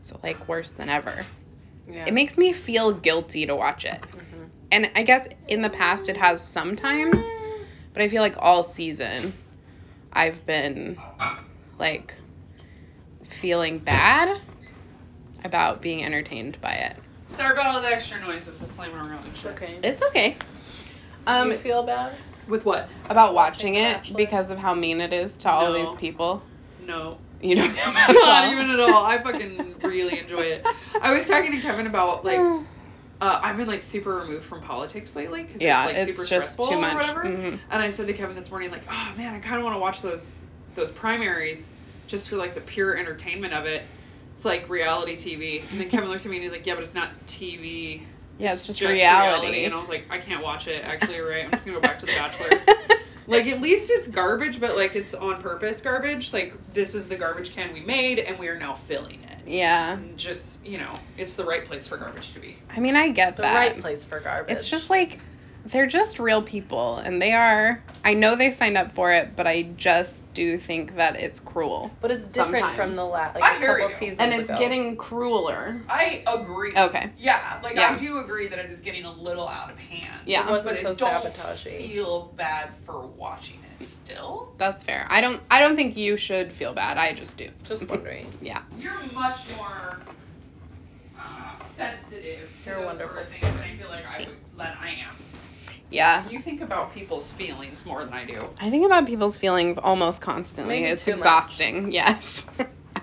S2: So like worse than ever.
S4: Yeah.
S2: It makes me feel guilty to watch it. And I guess in the past it has sometimes, but I feel like all season I've been like feeling bad about being entertained by it.
S3: Sarah got all the extra noise with the slamming around and
S4: okay.
S2: It's okay.
S4: Do
S2: Um,
S4: you feel bad?
S3: With what?
S2: about watching
S4: The
S2: it
S4: Bachelor?
S2: because of how mean it is to all
S3: No.
S2: these people.
S3: No.
S2: You don't feel bad at all.
S3: Not even at all. I fucking really enjoy it. I was talking to Kevin about like uh, I've been like super removed from politics lately because
S2: Yeah,
S3: it's like
S2: it's
S3: super
S2: just
S3: stressful
S2: too much.
S3: or whatever.
S2: Mhm.
S3: And I said to Kevin this morning, like, oh man, I kind of want to watch those those primaries just for like the pure entertainment of it. It's like reality TV. And then Kevin looked at me and he's like, yeah, but it's not TV.
S2: Yeah, it's just reality.
S3: And I was like, I can't watch it. Actually, you're right. I'm just gonna go back to The Bachelor. Like at least it's garbage, but like it's on purpose garbage. Like this is the garbage can we made, and we are now filling it.
S2: yeah.
S3: And just you know, it's the right place for garbage to be.
S2: I mean, I get
S4: The
S2: that.
S4: right place for garbage.
S2: It's just like they're just real people and they are I know they signed up for it, but I just do think that it's cruel.
S4: But it's different
S2: sometimes.
S4: from the last, like
S3: I
S4: a
S3: hear
S4: couple
S3: you.
S4: seasons
S2: And it's
S4: ago.
S2: getting crueler.
S3: I agree.
S2: Okay.
S3: Yeah, like
S2: Yeah.
S3: I do agree that it is getting a little out of hand.
S2: Yeah.
S4: It wasn't
S3: but
S4: so
S3: I don't
S4: sabotagey.
S3: feel bad for watching it still.
S2: That's fair. I don't I don't think you should feel bad. I just do.
S4: Just wondering.
S2: Yeah.
S3: You're much more uh, sensitive to
S4: You're
S3: those
S4: wonderful.
S3: sort of things than I feel like I would, than I am.
S2: Yeah.
S3: You think about people's feelings more than I do.
S2: I think about people's feelings almost constantly.
S4: Maybe
S2: it's
S4: too much.
S2: exhausting. Yes.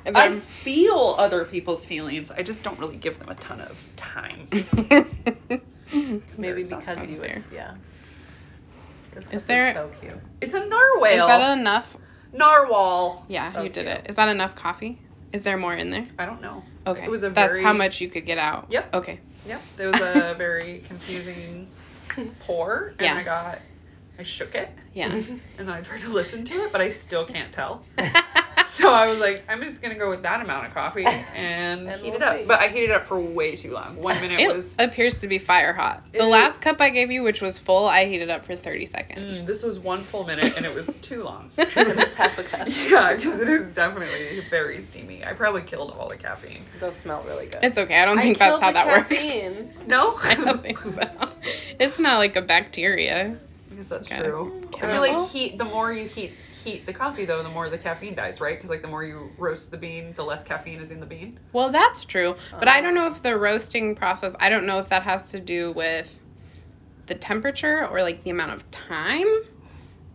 S2: And
S3: I
S2: I'm-
S3: feel other people's feelings. I just don't really give them a ton of time.
S4: Maybe
S3: Sounds-
S4: because
S2: sounds
S4: you would.
S2: fair.
S4: Yeah. This
S2: Is
S4: book
S2: there-
S4: so cute.
S3: It's a narwhal.
S2: Is that enough?
S3: narwhal?
S2: Yeah,
S4: So
S2: you did
S4: cute.
S2: it. Is that enough coffee? Is there more in there?
S3: I don't know.
S2: Okay.
S3: It was a
S2: That's
S3: very-
S2: how much you could get out.
S3: Yep.
S2: Okay.
S3: Yep, there was a very confusing pour, and
S2: Yeah.
S3: I got, I shook it,
S2: Yeah.
S3: and then I tried to listen to it, but I still can't tell. So I was like, I'm just gonna go with that amount of coffee and,
S4: And
S3: heat
S4: we'll
S3: it up.
S4: see.
S3: But I heated it up for way too long. One minute
S2: It
S3: was.
S2: appears to be fire hot. The
S3: It-
S2: last cup I gave you, which was full, I heated up for 30 seconds.
S3: Mm, this was one full minute, and it was too long.
S4: That's half a cup.
S3: yeah, because it is definitely very steamy. I probably killed all the caffeine.
S4: Those smell really good.
S2: It's okay. I don't think that's how that works.
S4: works.
S3: No,
S2: I don't think so. It's not like a bacteria.
S3: I guess that's
S2: Okay.
S3: true. I feel
S2: Chemical?
S3: like heat. The more you heat heat the coffee, though, the more the caffeine dies, right? Because like the more you roast the bean, the less caffeine is in the bean.
S2: Well, that's true. But
S3: Uh.
S2: I don't know if the roasting process, I don't know if that has to do with the temperature or like the amount of time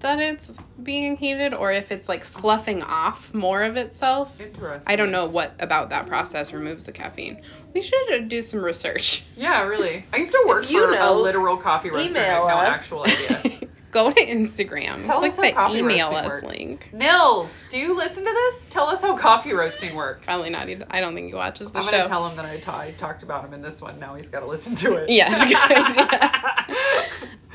S2: that it's being heated or if it's like sloughing off more of itself.
S3: Interesting.
S2: I don't know what about that process removes the caffeine. We should uh, do some research.
S3: Yeah, really. I used to work
S4: you
S3: for
S4: know,
S3: a literal coffee roaster. I have
S4: email
S3: no
S4: us.
S3: actual idea.
S2: Go to Instagram.
S3: Tell
S2: click
S3: us how
S2: the
S3: coffee
S2: email
S3: roasting
S2: us
S3: works.
S2: link.
S3: Nils, do you listen to this? Tell us how coffee roasting works.
S2: Probably not. Even, I don't think he watches the
S3: I'm
S2: show.
S3: gonna tell him that I ta- I talked about him in this one. Now he's got to listen to it.
S2: Yes, good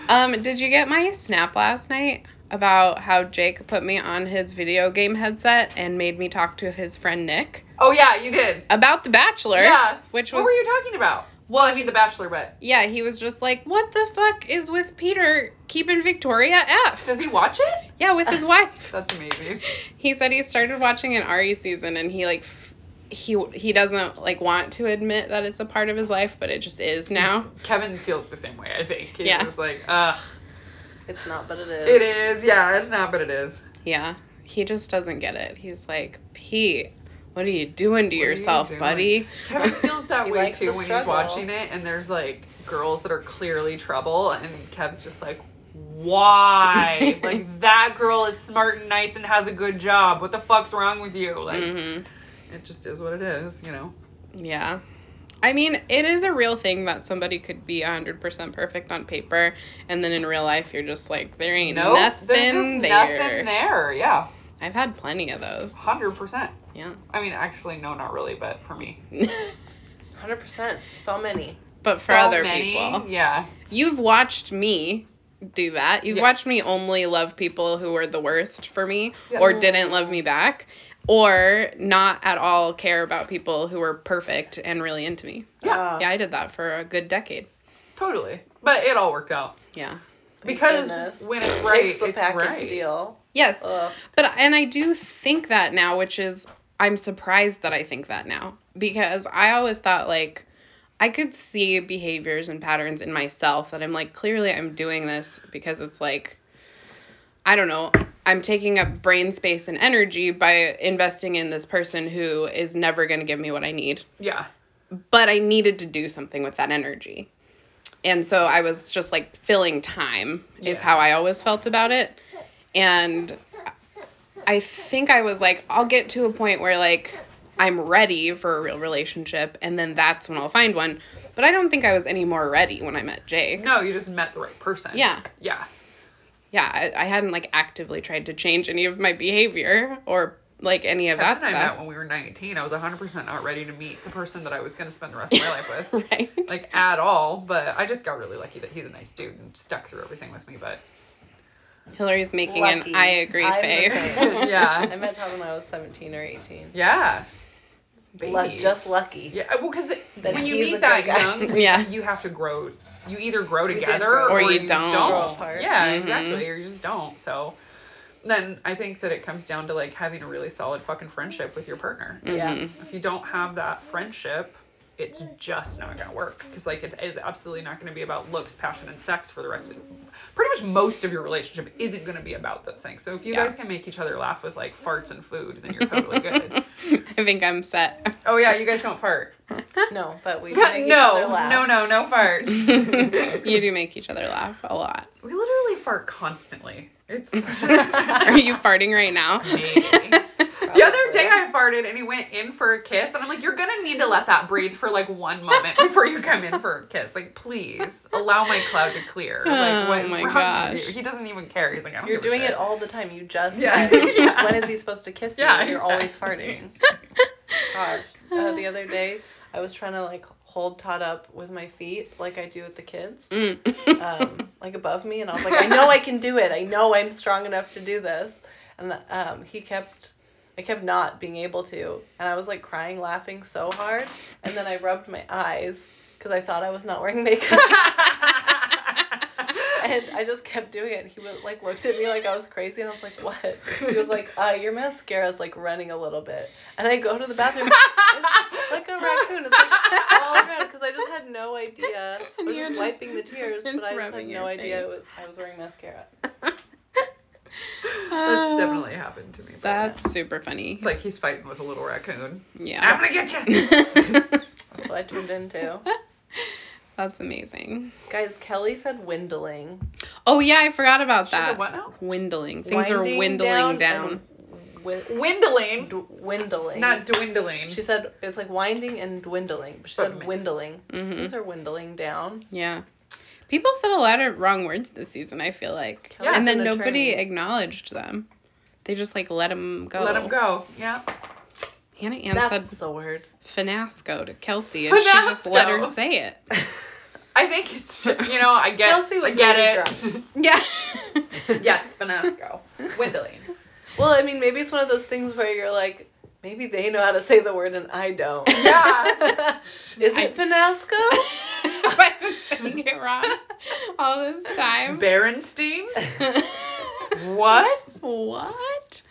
S2: Um, did you get my snap last night about how Jake put me on his video game headset and made me talk to his friend Nick
S3: oh yeah, you did.
S2: about The Bachelor?
S3: Yeah.
S2: Which
S3: what
S2: was
S3: were you talking about?
S2: well,
S3: I mean, The Bachelor, but
S2: yeah, he was just like, "What the fuck is with Peter keeping Victoria F?"
S3: does he watch it?
S2: Yeah, with his wife.
S3: That's amazing.
S2: He said he started watching an RE season and he like f- he he doesn't like want to admit that it's a part of his life, but it just is now.
S3: Kevin feels the same way. I think. He's
S2: Yeah.
S3: just like, ugh.
S4: It's not, but it is.
S3: It is. Yeah, it's not, but it is.
S2: Yeah, he just doesn't get it. He's like, Pete, what are you doing to
S3: What are you
S2: yourself,
S3: doing?"
S2: buddy?
S3: Kevin feels that
S4: He
S3: way
S4: likes
S3: too
S4: the
S3: when he's
S4: struggle.
S3: watching it, and there's like girls that are clearly trouble, and Kev's just like, why? like that girl is smart and nice and has a good job. What the fuck's wrong with you? Like
S4: Mm-hmm.
S2: hmm
S3: it just is what it is, you know.
S2: Yeah. I mean, it is a real thing that somebody could be 100% perfect on paper, and then in real life, you're just like, there ain't
S3: No,
S2: nothing,
S3: there's just
S2: there.
S3: nothing there. Yeah,
S2: I've had plenty of those.
S3: hundred percent.
S2: Yeah.
S3: I mean, actually, no, not really, but for me,
S4: Hundred percent. So many.
S2: but for
S3: So
S2: other
S3: many,
S2: people.
S3: yeah,
S2: You've watched me do that. You've
S3: Yes.
S2: watched me only love people who were the worst for me
S3: Yeah.
S2: or didn't love me back or not at all care about people who were perfect and really into me.
S3: Yeah.
S4: Uh,
S2: Yeah, I did that for a good decade.
S3: totally. But it all worked out
S2: Yeah.
S3: because
S4: goodness.
S3: when it's right,
S4: takes
S3: it's
S4: the package
S3: right.
S4: deal.
S2: Yes.
S4: Ugh.
S2: But and I do think that now, which is I'm surprised that I think that now because I always thought like I could see behaviors and patterns in myself that I'm like clearly I'm doing this because it's like I don't know, I'm taking up brain space and energy by investing in this person who is never going to give me what I need.
S3: Yeah,
S2: But I needed to do something with that energy. And so I was just like filling time is
S3: Yeah.
S2: how I always felt about it. And I think I was like, I'll get to a point where like I'm ready for a real relationship, and then that's when I'll find one. But I don't think I was any more ready when I met Jake.
S3: No, you just met the right person.
S2: Yeah.
S3: Yeah.
S2: Yeah, I, I hadn't like actively tried to change any of my behavior or like any of that
S3: Kevin and I met
S2: stuff.
S3: when we were 19. I was 100% not ready to meet the person that I was going to spend the rest of my life with.
S2: Right?
S3: Like, at all. But I just got really lucky that he's a nice dude and stuck through everything with me. But
S2: Hillary's making
S4: Lucky.
S2: an I agree
S4: I'm the
S2: face.
S4: same. I
S3: yeah.
S4: met Tom when I was 17 or 18.
S3: yeah.
S4: Lu-
S3: Babies.
S4: just lucky.
S3: Yeah, well, because
S4: That
S3: when you
S4: he's a
S3: meet that
S4: good guy.
S3: young,
S2: Yeah.
S3: you have to grow. You either grow
S4: did
S3: together
S4: grow.
S2: Or you
S3: you
S2: don't.
S4: Grow apart. Mm-hmm.
S3: Yeah,
S2: Mhm.
S3: exactly. Or you just don't. So then I think that it comes down to like having a really solid fucking friendship with your partner.
S4: Yeah.
S2: Mm-hmm.
S3: If you don't have that friendship, it's just not gonna work because like it is absolutely not gonna be about looks, passion, and sex for the rest of. Pretty much most of your relationship isn't gonna be about those things. So if you
S2: Yeah.
S3: guys can make each other laugh with like farts and food, then you're totally good.
S2: I think I'm set.
S3: Oh yeah, you guys don't fart.
S4: No, but we
S3: no,
S4: make each other laugh.
S3: no, no, no farts.
S2: you do make each other laugh a lot.
S3: we literally fart constantly. It's
S2: Are you farting right now?
S3: The other day I farted and he went in for a kiss and I'm like, you're gonna need to let that breathe for like one moment before you come in for a kiss. Like, please allow my cloud to clear. Like,
S2: Oh
S3: what's
S2: my
S3: wrong
S2: gosh.
S3: with you? He doesn't even care. He's like, I don't
S4: You're
S3: give a
S4: doing
S3: shit.
S4: it all the time. You just
S3: Yeah.
S4: yeah.
S3: Yeah.
S4: when is he supposed to kiss you?
S3: Yeah,
S4: You're always
S3: exactly.
S4: farting. Gosh. Uh, the other day, I was trying to like hold Todd up with my feet, like I do with the kids,
S2: Mm.
S4: um, like above me, and I was like, I know I can do it. I know I'm strong enough to do this, and um, he kept. I kept not being able to, and I was like crying, laughing so hard, and then I rubbed my eyes because I thought I was not wearing makeup. And I just kept doing it. He was like looked at me like I was crazy, and I was like, "What?" He was like, "Uh, your mascara's like running a little bit." And I go to the bathroom, it's like a raccoon. It's like all around because I just had no idea. I
S2: And
S4: was
S2: you're
S4: just
S2: just
S4: wiping the tears, but I just had
S2: rubbing
S4: no
S2: your
S4: idea it
S2: face.
S4: was, I was wearing mascara.
S3: That's definitely happened to me.
S2: Oh.
S3: but
S2: That's super funny.
S3: it's like he's fighting with a little raccoon. I'm
S2: Yeah.
S3: gonna get you.
S4: That's what I turned into.
S2: That's amazing.
S4: Guys, Kelly said windling.
S2: Oh yeah, I forgot about
S3: She said,
S2: that.
S3: what now?
S2: Windling. Things are
S4: Winding
S2: windling down.
S4: and wi-
S3: Windling.
S4: d- windling.
S3: Not dwindling.
S4: She said it's like winding and dwindling, but she
S3: But
S4: said
S3: mixed.
S4: windling.
S2: Mhm.
S4: These are windling down.
S2: Yeah. People said a lot of wrong words this season, I feel like.
S4: Kelly's
S2: and then
S4: an
S2: nobody
S4: attorney.
S2: acknowledged them. They just like let them go.
S3: Let him go. Yeah.
S2: Hannah Ann
S4: That's
S2: said
S4: the word.
S2: finasco to Kelsey and she just let her
S3: Finasco.
S2: say it.
S3: I think it's you know I get
S4: Kelsey was
S3: I get
S4: maybe
S3: it.
S2: Yeah.
S3: yes, finasco, windling.
S4: Well, I mean, maybe it's one of those things where you're like, maybe they know how to say the word and I don't.
S3: Yeah.
S4: Is it Finasco?
S2: If I've been saying it wrong all this time.
S3: Berenstein. What?
S2: what?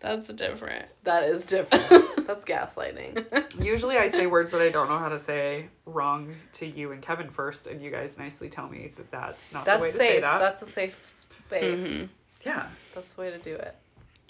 S2: That's different.
S4: That is different. That's gaslighting.
S3: Usually I say words that I don't know how to say wrong to you and Kevin first, and you guys nicely tell me that that's not the way
S4: That's
S3: to say
S4: safe.
S3: that.
S4: That's a safe space.
S2: Mhm.
S3: yeah.
S4: That's the way to do it.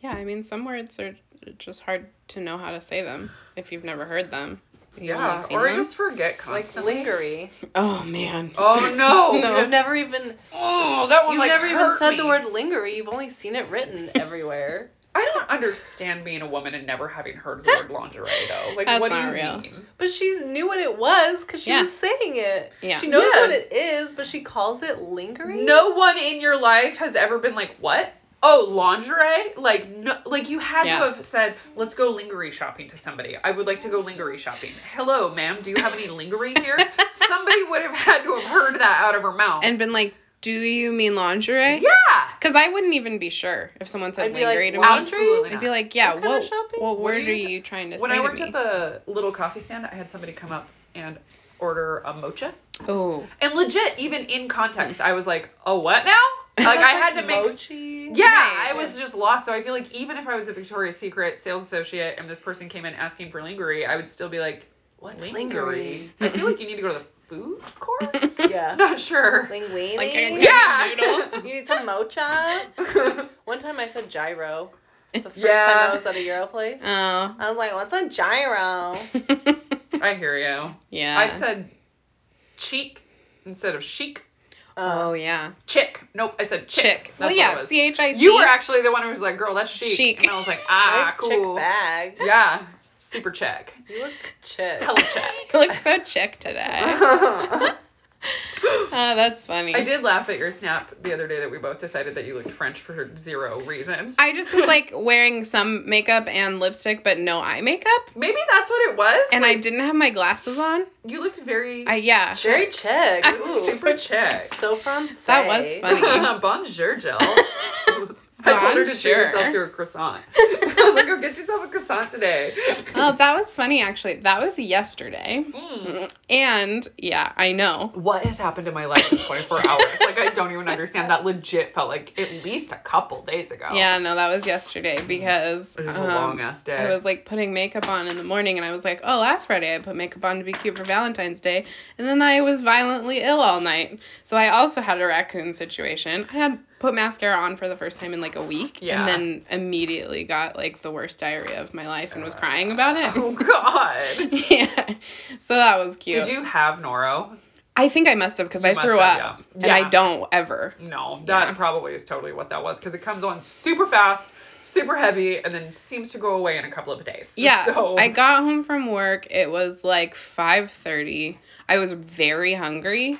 S2: Yeah, I mean, some words are just hard to know how to say them if you've never heard them. You've
S3: Yeah.
S2: only seen
S3: Or I
S2: them.
S3: just forget
S4: Like
S3: constantly.
S4: lingery.
S2: Oh, man.
S3: oh no.
S2: No.
S4: You've never even
S3: Oh, that one
S4: you've
S3: like
S4: never even
S3: hurt
S4: said the
S3: me.
S4: word lingery. You've only seen it written everywhere.
S3: I don't understand being a woman and never having heard the word lingerie though. Like
S2: That's
S3: what do
S2: not
S3: you
S2: real.
S3: mean?
S4: But she knew what it was because she
S2: Yeah.
S4: was saying it.
S2: Yeah.
S4: She knows
S3: Yeah.
S4: what it is, but she calls it lingerie.
S3: No one in your life has ever been like, "What? Oh, lingerie?" Like, no, like you had
S2: Yeah.
S3: to have said, "Let's go lingerie shopping" to somebody. I would like to go lingerie shopping. Hello, ma'am. Do you have any lingerie here? somebody would have had to have heard that out of her mouth.
S2: And been like, do you mean lingerie?
S3: yeah,
S2: Because I wouldn't even be sure if someone said
S4: I'd be
S2: lingerie
S4: like,
S2: to me.
S4: lingerie?
S3: absolutely.
S2: I'd
S3: Not.
S2: be like, yeah,
S4: What
S2: what,
S4: kind of
S2: what,
S4: shopping?
S3: What
S2: word
S3: do
S2: are
S3: you-
S2: you trying to
S3: when
S2: say
S3: I worked
S2: to me?
S3: at the little coffee stand, I had somebody come up and order a mocha.
S2: oh,
S3: And legit, even in context, I was like, "Oh, what now?" Like I had to make
S4: mochi.
S3: Yeah,
S2: Right.
S3: I was just lost. So I feel like even if I was a Victoria's Secret sales associate and this person came in asking for lingerie, I would still be like,
S4: What's
S3: lingerie? I feel like you need to go to the food court? I'm
S4: Yeah.
S3: not sure.
S4: Linguine.
S2: like a
S3: Yeah.
S2: noodle.
S4: You need some mocha? One time I said gyro. The first
S3: Yeah.
S4: time I was at a gyro place.
S2: Oh.
S4: I was like, what's a gyro?
S3: I hear you.
S2: yeah.
S3: I've said cheek instead of chic.
S4: Uh,
S2: oh, yeah.
S3: Chick. Nope, I said chick.
S2: Chick.
S3: That's
S2: Well,
S3: what
S2: yeah,
S3: it was.
S2: C H I C.
S3: You were actually the one who was like, girl, that's chic.
S2: Chic.
S3: And I was like, ah,
S4: nice chick
S3: cool.
S4: bag.
S3: Yeah. Super check.
S4: You look chick.
S3: Hella check.
S2: You look so chick today. Oh, that's funny.
S3: I did laugh at your snap the other day that we both decided that you looked French for zero reason.
S2: I just was like wearing some makeup and lipstick, but no eye makeup.
S3: Maybe that's what it was.
S2: And I didn't have my glasses on.
S3: you looked very
S2: I yeah.
S4: Very chick.
S2: I'm
S4: Ooh.
S3: super check.
S4: So fancy.
S2: That was funny.
S3: Bonjour, Jill. I told her to treat
S2: Bonjour.
S3: herself to a croissant. I was like, "Go get yourself a croissant today."
S2: Oh, that was funny actually. That was yesterday.
S3: Mm.
S2: And yeah, I know.
S3: What has happened in my life in 24 hours? Like, I don't even understand. That legit felt like at least a couple days ago.
S2: Yeah, no, that was yesterday because
S3: Mm. it was a
S2: um,
S3: long ass day.
S2: I was like putting makeup on in the morning and I was like, oh, last Friday I put makeup on to be cute for Valentine's Day. And then I was violently ill all night. So I also had a raccoon situation. I had put mascara on for the first time in like a week
S3: Yeah.
S2: and then immediately got like the worst diarrhea of my life and was crying about it.
S3: oh God.
S2: yeah. So that was cute.
S3: Did you have Noro?
S2: I think I must have because I
S3: must
S2: threw
S3: have,
S2: up.
S3: yeah.
S2: And
S3: Yeah.
S2: I don't ever.
S3: No, that
S2: Yeah.
S3: probably is totally what that was because it comes on super fast, super heavy, and then seems to go away in a couple of days.
S2: Yeah,
S3: So
S2: I got home from work. It was like five thirty. I was very hungry,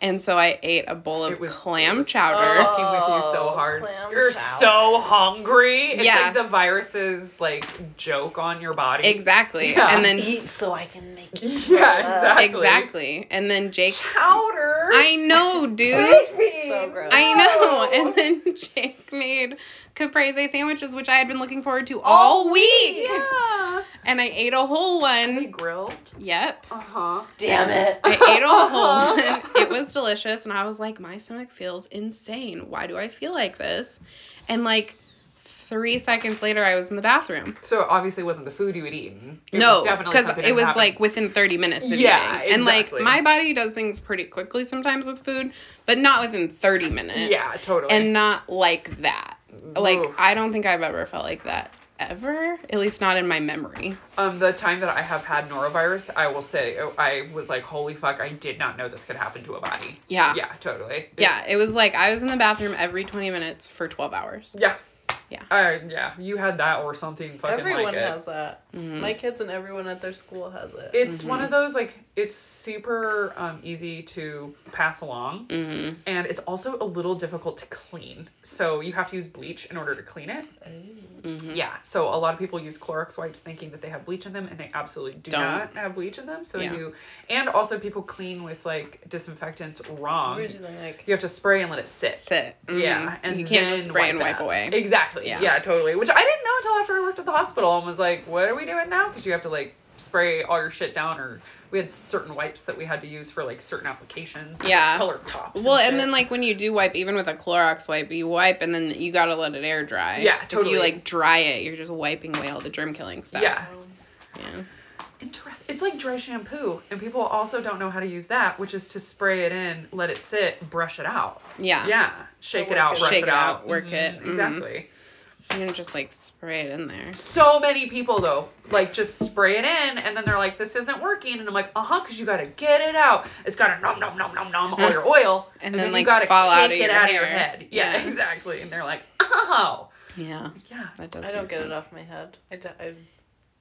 S2: and so I ate a bowl of
S3: It was- it
S2: clam
S3: was-
S2: chowder.
S4: Oh.
S3: fucking with you so hard.
S4: clam
S3: You're
S4: chowder.
S3: so hungry. It's
S2: Yeah.
S3: like the virus's like joke on your body.
S2: exactly,
S3: Yeah.
S2: and then
S4: Eat so I can make you.
S3: Yeah, exactly.
S2: exactly, and then Jake.
S3: Chowder.
S2: I know, dude.
S4: So gross.
S2: I know. And then Jake made caprese sandwiches, which I had been looking forward to
S3: All
S2: all week,
S3: Oh, Yeah.
S2: and I ate a whole
S3: They
S2: one.
S3: grilled.
S2: Yep.
S3: Uh huh.
S4: Damn it.
S2: I ate a whole one. It was delicious. And I was like, my stomach feels insane. Why do I feel like this? And like three seconds later, I was in the bathroom.
S3: So obviously, it wasn't the food you had eaten. It
S2: no,
S3: was definitely
S2: because
S3: something
S2: it
S3: that
S2: was
S3: happened.
S2: like within 30 minutes of
S3: Yeah,
S2: eating. And
S3: exactly.
S2: like my body does things pretty quickly sometimes with food, but not within 30 minutes.
S3: yeah, totally.
S2: And not like that. Like,
S3: Oof.
S2: I don't think I've ever felt like that ever, at least not in my memory.
S3: Um, the time that I have had norovirus, I will say oh, I was like, "Holy fuck! I did not know this could happen to a body."
S2: Yeah.
S3: Yeah, totally.
S2: Ah. Yeah, it was like I was in the bathroom every 20 minutes for 12 hours.
S3: Yeah.
S2: Yeah.
S3: Uh, yeah. You had that or something fucking
S4: Everyone
S3: like it.
S4: has that.
S2: Mm-hmm.
S4: My kids and everyone at their school has it.
S3: It's one of those like it's super um, easy to pass along,
S2: Mm-hmm.
S3: and it's also a little difficult to clean. So you have to use bleach in order to clean it.
S2: Oh.
S4: Mm-hmm.
S3: Yeah. So a lot of people use Clorox wipes thinking that they have bleach in them, and they absolutely do
S2: Don't.
S3: not have bleach in them. So
S2: Yeah.
S3: you, and also people clean with like disinfectants wrong.
S4: We're just like,
S3: You have to spray and let it sit.
S2: sit.
S3: Yeah,
S2: Mhm.
S3: and
S2: you can't just
S3: then
S2: spray and wipe
S3: out.
S2: away.
S3: Exactly. Yeah.
S2: Yeah.
S3: totally. Which I didn't know until after I worked at the hospital and was like, "What are we doing now?" Because you have to like spray all your shit down, or we had certain wipes that we had to use for like certain applications.
S2: Yeah.
S3: color tops.
S2: well, and
S3: shit.
S2: then like when you do wipe, even with a Clorox wipe, you wipe and then you gotta let it air dry.
S3: Yeah,
S2: If
S3: totally.
S2: you like dry it, you're just wiping away all the germ killing stuff.
S3: yeah,
S2: Yeah.
S3: Inter- it's like dry shampoo, and people also don't know how to use that, which is to spray it in, let it sit, brush it out.
S2: Yeah.
S3: Yeah, shake it
S4: Work
S3: out,
S4: it.
S3: brush
S2: Shake
S3: it
S2: it
S3: out,
S2: out, work it.
S3: Mhm,
S2: Mhm.
S3: Exactly.
S2: You can just like spray it in there.
S3: so many people though like just spray it in and then they're like this isn't working and i'm like uh-huh because you gotta get it out it's gotta nom nom nom nom nom all your oil
S2: And then,
S3: you
S2: like,
S3: gotta
S2: fall out
S3: kick
S2: of
S3: it
S2: your
S3: out of your
S2: hair.
S3: head yeah,
S2: Yeah.
S3: exactly and they're like oh
S2: Yeah.
S3: yeah
S2: That does
S4: I don't
S2: make
S4: get it
S2: sense.
S4: off my head. I, d- I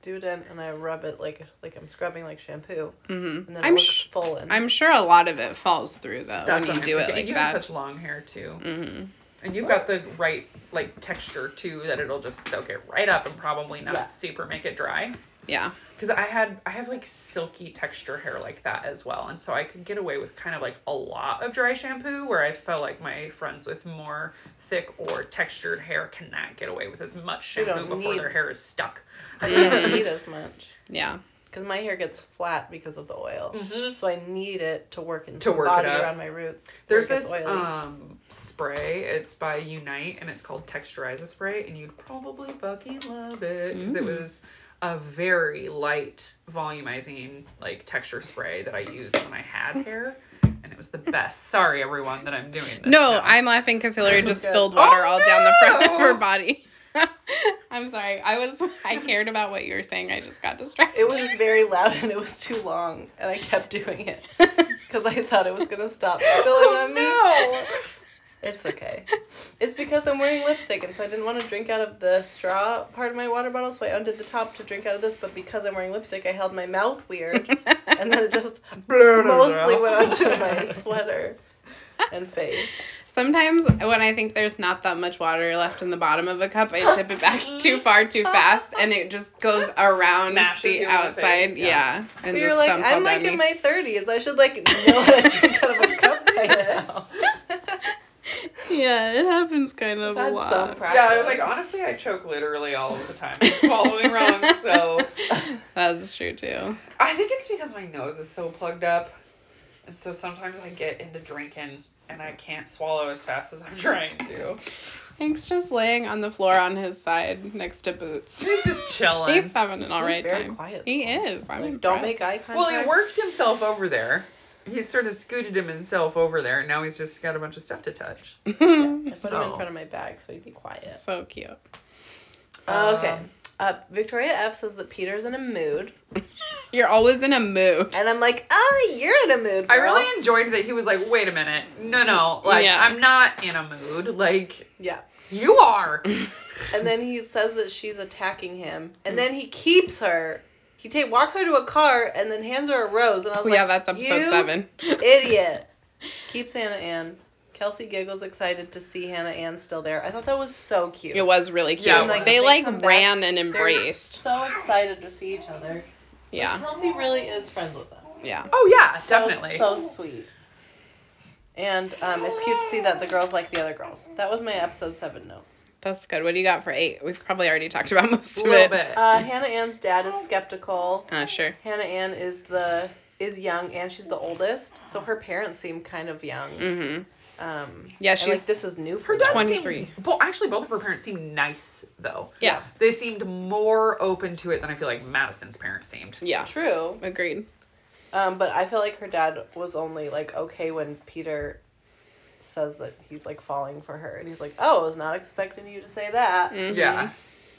S4: do it in and I rub it like like I'm scrubbing like shampoo. Mm-hmm. And then
S2: I'm
S4: it looks
S2: sh-
S4: full and
S2: I'm sure a lot of it falls through though
S3: that's
S2: when you
S3: what
S2: do
S3: I'm
S2: it
S3: thinking.
S2: like
S3: you
S2: that.
S3: have such long hair too mm-hmm. and you've got the right like texture too that it'll just soak it right up and probably not
S4: Yeah.
S3: super make it dry
S2: yeah.
S3: because I had I have like silky texture hair like that as well, and so I could get away with kind of like a lot of dry shampoo where I felt like my friends with more thick or textured hair cannot get away with as much
S4: We don't
S3: shampoo before
S4: need-
S3: their hair is stuck.
S4: I don't need as much
S2: Yeah.
S4: because my hair gets flat because of the oil.
S3: Mhm.
S4: So I need it to work into
S3: To
S4: the
S3: work it
S4: body
S3: up.
S4: around my roots. where
S3: There's
S4: it gets oily.
S3: this um spray. It's by Unite and it's called Texturize Spray, and you'd probably fucking love it because it
S4: Mm.
S3: was a very light volumizing like texture spray that I used when I had hair. And it was the best. Sorry, everyone, that I'm doing this.
S2: No,
S3: now.
S2: I'm laughing because Hillary just
S4: Good.
S2: spilled water
S3: Oh,
S2: all down the front
S3: no!
S2: of her body. I'm sorry. I was I cared about what you were saying. I just got distracted.
S4: It was just very loud and it was too long, and I kept doing it
S2: Oh,
S4: because I thought it was gonna stop spilling on me.
S3: no.
S4: It's okay. It's because I'm wearing lipstick, and so I didn't want to drink out of the straw part of my water bottle, so I undid the top to drink out of this. But because I'm wearing lipstick, I held my mouth weird, and then it just mostly went onto my sweater and face.
S2: Sometimes when I think there's not that much water left in the bottom of a cup, I tip it back too far too fast, and it just goes around
S3: Smashes you
S2: the
S3: in the
S2: outside.
S3: face,
S2: yeah.
S3: yeah.
S2: and
S4: But you're
S2: just
S4: like,
S2: dumps all
S4: I'm
S2: down
S4: like
S2: me.
S4: in my thirties. I should like know how to drink out of a cup by now.
S2: yeah, it happens kind of a
S4: That's
S2: lot.
S4: some
S3: Yeah,
S4: practice.
S3: like honestly, I choke literally all of the time. I'm swallowing wrong, so
S2: That's true too.
S3: I think it's because my nose is so plugged up, and so sometimes I get into drinking and I can't swallow as fast as I'm trying to.
S2: Hank's just laying on the floor on his side next to Boots.
S3: He's just chilling.
S2: He's having an all right
S4: very
S2: time.
S4: quiet,
S2: He
S4: though.
S2: is. I'm
S4: Like, don't make
S2: impressed.
S4: eye contact.
S3: Well, he worked himself over there. He sort of scooted him himself over there, and now he's just got a bunch of stuff to touch.
S4: I put him in
S3: So.
S4: front of my bag so he'd be quiet.
S2: so cute.
S4: okay.
S3: Um,
S4: Uh, Victoria F says that Peter's in a mood,
S2: You're always in a mood.
S4: and I'm like, oh, you're in a mood.
S3: I
S4: girl."
S3: really enjoyed that he was like, "Wait a minute, no, no, like
S2: Yeah.
S3: I'm not in a mood. Like
S4: yeah.
S3: you are."
S4: And then he says that she's attacking him,
S2: Mm.
S4: and then he keeps her. He take walks her to a car and then hands her a rose, and I was
S2: Oh,
S4: like,
S2: yeah, that's episode
S4: "You
S2: seven.
S4: idiot. Keeps Hannah Ann. Kelsey giggles excited to see Hannah Ann still there. I thought that was so cute.
S2: It was really cute.
S3: Yeah, it
S2: like,
S3: was.
S2: they
S4: They
S2: like
S4: come back,
S2: ran and
S4: They're
S2: embraced.
S4: So excited to see each other.
S2: Yeah,
S4: Kelsey really is friends with them.
S2: yeah.
S3: Oh yeah,
S4: So,
S3: definitely.
S4: So, sweet. And um, it's cute to see that the girls like the other girls. That was my episode seven notes.
S2: That's good. What do you got for eight? We've probably already talked about most
S3: a
S2: of
S3: little
S2: it.
S3: bit.
S4: Uh, Hannah Ann's dad is skeptical.
S2: Uh, sure.
S4: Hannah Ann is the is young and she's the oldest, so her parents seem kind of young.
S2: Mm-hmm.
S4: Um,
S2: Yeah,
S4: and, like,
S2: she's
S4: this is new for
S3: Her
S4: them.
S3: dad
S2: 23.
S3: Seemed, well, actually, both of her parents seemed nice though.
S2: yeah,
S3: They seemed more open to it than I feel like Madison's parents seemed.
S2: yeah.
S4: True,
S2: Agreed.
S4: Um, but I feel like her dad was only like okay when Peter says that he's like falling for her, and he's like, "Oh, I was not expecting you to say that."
S2: Mhm.
S3: Yeah.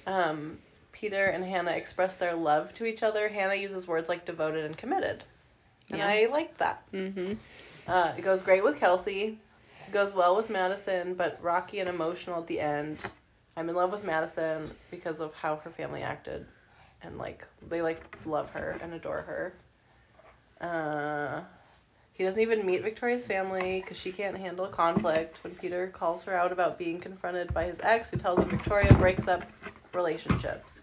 S4: Um, Peter and Hannah express their love to each other. Hannah uses words like devoted and committed, and
S2: Yeah.
S4: I liked that.
S2: Mm-hmm.
S4: Uh, it goes great with Kelsey, it goes well with Madison, but rocky and emotional at the end. I'm in love with Madison because of how her family acted, and like they like love her and adore her. Uh, he doesn't even meet Victoria's family because she can't handle conflict. When Peter calls her out about being confronted by his ex, who tells him Victoria breaks up relationships.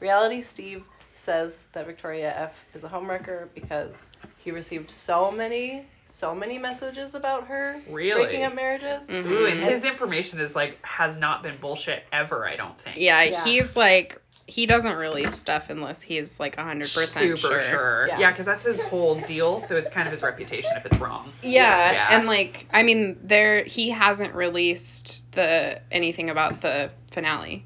S4: Reality Steve says that Victoria F is a homewrecker because he received so many, so many messages about her
S3: Really? Mm.
S4: breaking up marriages.
S2: Mm-hmm.
S3: Ooh, and his information is like has not been bullshit ever. I don't think.
S2: Yeah,
S4: Yeah.
S2: he's like he doesn't release stuff unless he's like hundred
S3: Super
S2: percent
S3: sure.
S2: sure.
S4: Yeah.
S3: Yeah, because that's his whole deal. So it's kind of his reputation if it's wrong.
S2: Yeah,
S3: Yeah.
S2: and like I mean, there he hasn't released the anything about the finale,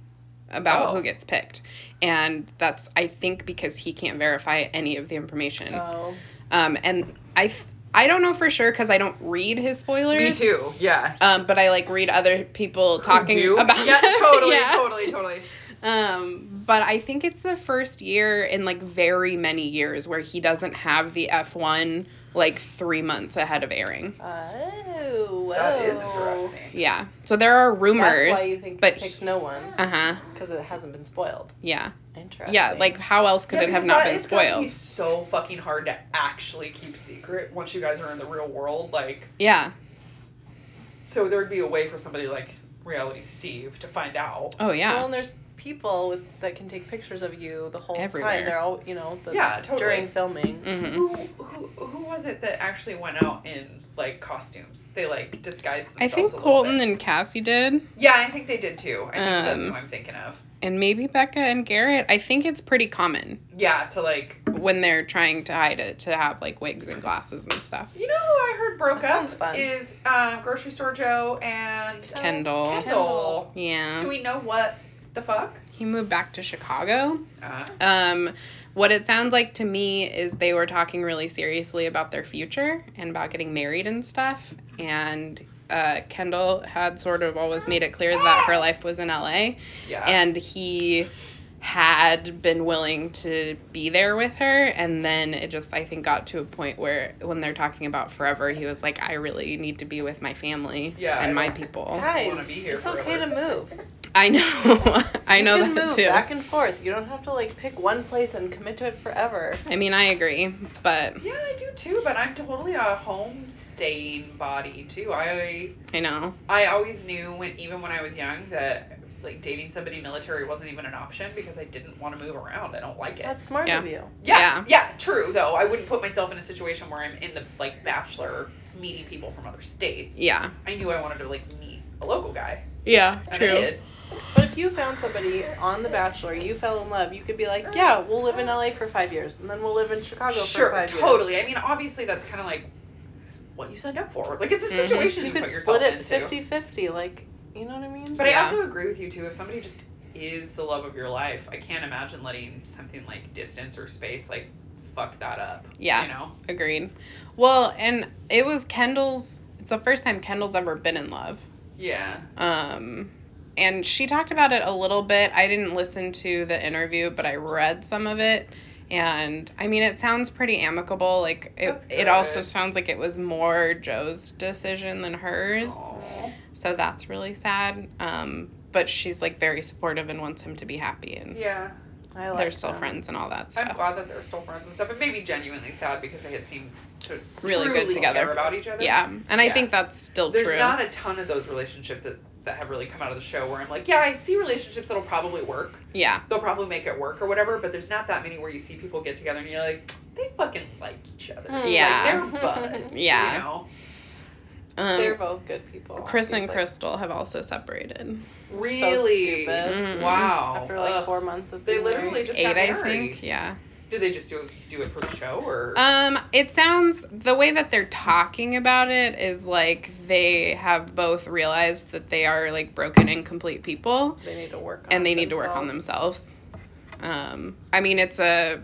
S2: about
S3: Oh.
S2: who gets picked, and that's I think because he can't verify any of the information.
S4: Oh,
S2: Um, and I th- I don't know for sure because I don't read his
S3: Me
S2: spoilers.
S3: too. Yeah.
S2: Um, but I like read other people talking
S3: Do-
S2: about
S3: Yeah,
S2: it.
S3: totally,
S2: Yeah.
S3: totally, totally.
S2: Um, but I think it's the first year in like very many years where he doesn't have the F one like three months ahead of airing.
S4: oh, whoa.
S3: That is interesting.
S2: Yeah. So there are rumors.
S4: That's why you think
S2: but
S4: he picks no one
S2: Uh huh.
S4: because it hasn't been spoiled.
S2: Yeah.
S4: Interesting.
S2: Yeah. Like how else could it have not been spoiled?
S3: It's so fucking hard to actually keep secret once you guys are in the real world. Like,
S2: Yeah.
S3: so there would be a way for somebody like reality Steve to find out.
S2: Oh
S4: Well,
S2: yeah.
S4: and there's people with, that can take pictures of you the whole
S2: Everywhere.
S4: time. They're all, you know, the,
S3: Yeah, totally. Mm.
S4: during filming.
S2: Mm-hmm.
S3: Who, who who was it that actually went out in like costumes? They like disguised
S2: I
S3: themselves.
S2: think
S3: a little
S2: Colton
S3: bit.
S2: and Cassie did,
S3: yeah, I think they did too. I think that's
S2: Um,
S3: who I'm thinking of.
S2: and maybe Becca and Garrett. I think it's pretty common
S3: Yeah, to like
S2: when they're trying to hide it to have like wigs and glasses and stuff.
S3: you know who I heard broke
S4: That
S3: up
S4: sounds fun.
S3: is um, grocery store Joe and uh,
S2: Kendall.
S3: Kendall.
S2: Yeah.
S3: Do we know what the fuck?
S2: He moved back to Chicago.
S3: Uh,
S2: Um, what it sounds like to me is they were talking really seriously about their future and about getting married and stuff. And uh, Kendall had sort of always made it clear that her life was in LA.
S3: yeah.
S2: And he had been willing to be there with her and then it just I think got to a point where when they're talking about forever he was like I really need to be with my family
S3: Yeah,
S2: and
S3: I
S2: my
S3: don't-
S2: people.
S4: Guys,
S3: wanna be here
S4: it's okay to
S3: forever.
S4: move.
S2: I know. I
S4: You
S2: know
S4: can
S2: that
S4: move
S2: too.
S4: Back and forth. You don't have to like pick one place and commit to it forever.
S2: I mean, I agree, but
S3: Yeah, I do too, but I'm totally a homestaying body too. I
S2: I know.
S3: I always knew when even when I was young that like dating somebody military wasn't even an option because I didn't want to move around. I don't like it.
S4: That's smart
S2: Yeah.
S4: of you.
S3: yeah, yeah, true though. I wouldn't put myself in a situation where I'm in the like bachelor meeting people from other states.
S2: Yeah.
S3: I knew I wanted to like meet a local guy.
S2: Yeah,
S3: And I
S2: true.
S3: did.
S4: But if you found somebody on The Bachelor, you fell in love, you could be like, yeah, we'll live in LA for five years, and then we'll live in Chicago for
S3: Sure,
S4: five
S3: totally. I mean, obviously that's kind of like what you signed up for. Like it's a
S2: Mhm.
S3: situation
S4: years. You
S3: you,
S4: could
S3: put yourself
S4: split it
S3: into.
S4: 50 50. Like, you know what I mean?
S3: But
S2: Yeah.
S3: I also agree with you too. If somebody just is the love of your life, I can't imagine letting something like distance or space like fuck that up.
S2: Yeah.
S3: You know?
S2: Agreed. Well, and it was Kendall's it's the first time Kendall's ever been in love.
S3: Yeah.
S2: Um and she talked about it a little bit. I didn't listen to the interview, but I read some of it. And I mean, it sounds pretty amicable. Like it,
S3: That's
S2: it also
S3: good.
S2: sounds like it was more Joe's decision than hers.
S3: Aw.
S2: So that's really sad. Um, but she's like very supportive and wants him to be happy, and
S3: Yeah.
S4: I like
S2: they're still
S4: them.
S2: friends and all that
S3: I'm
S2: stuff.
S3: glad that they're still friends and stuff. It made me genuinely sad because they had seemed to
S2: Really good
S3: truly
S2: together.
S3: care about each other.
S2: Yeah, and I
S3: Yeah.
S2: think that's still
S3: There's
S2: true.
S3: not a ton of those relationships that, that have really come out of the show where I'm like, yeah, I see relationships that'll probably work.
S2: yeah,
S3: They'll probably make it work or whatever, but there's not that many where you see people get together and you're like, they fucking like each other. Like,
S2: Hmm. Yeah.
S3: they're buds.
S2: Yeah.
S3: You know?
S4: They're
S2: um,
S4: both good people.
S2: Chris and
S4: He's, like,
S2: Crystal have also separated.
S3: Really?
S4: stupid.
S2: Mhm.
S3: Wow.
S4: Mm-hmm. After like
S3: Ugh.
S4: four months of
S3: They
S4: being
S3: literally
S4: married.
S3: just
S2: Eight,
S3: got
S2: I
S3: married.
S2: think. Yeah.
S3: Did they just do do it for the show or?
S2: Um, it sounds the way that they're talking about it is like they have both realized that they are like broken, incomplete people.
S4: They need to work on
S2: and they need to work on themselves. Um, I mean, it's a,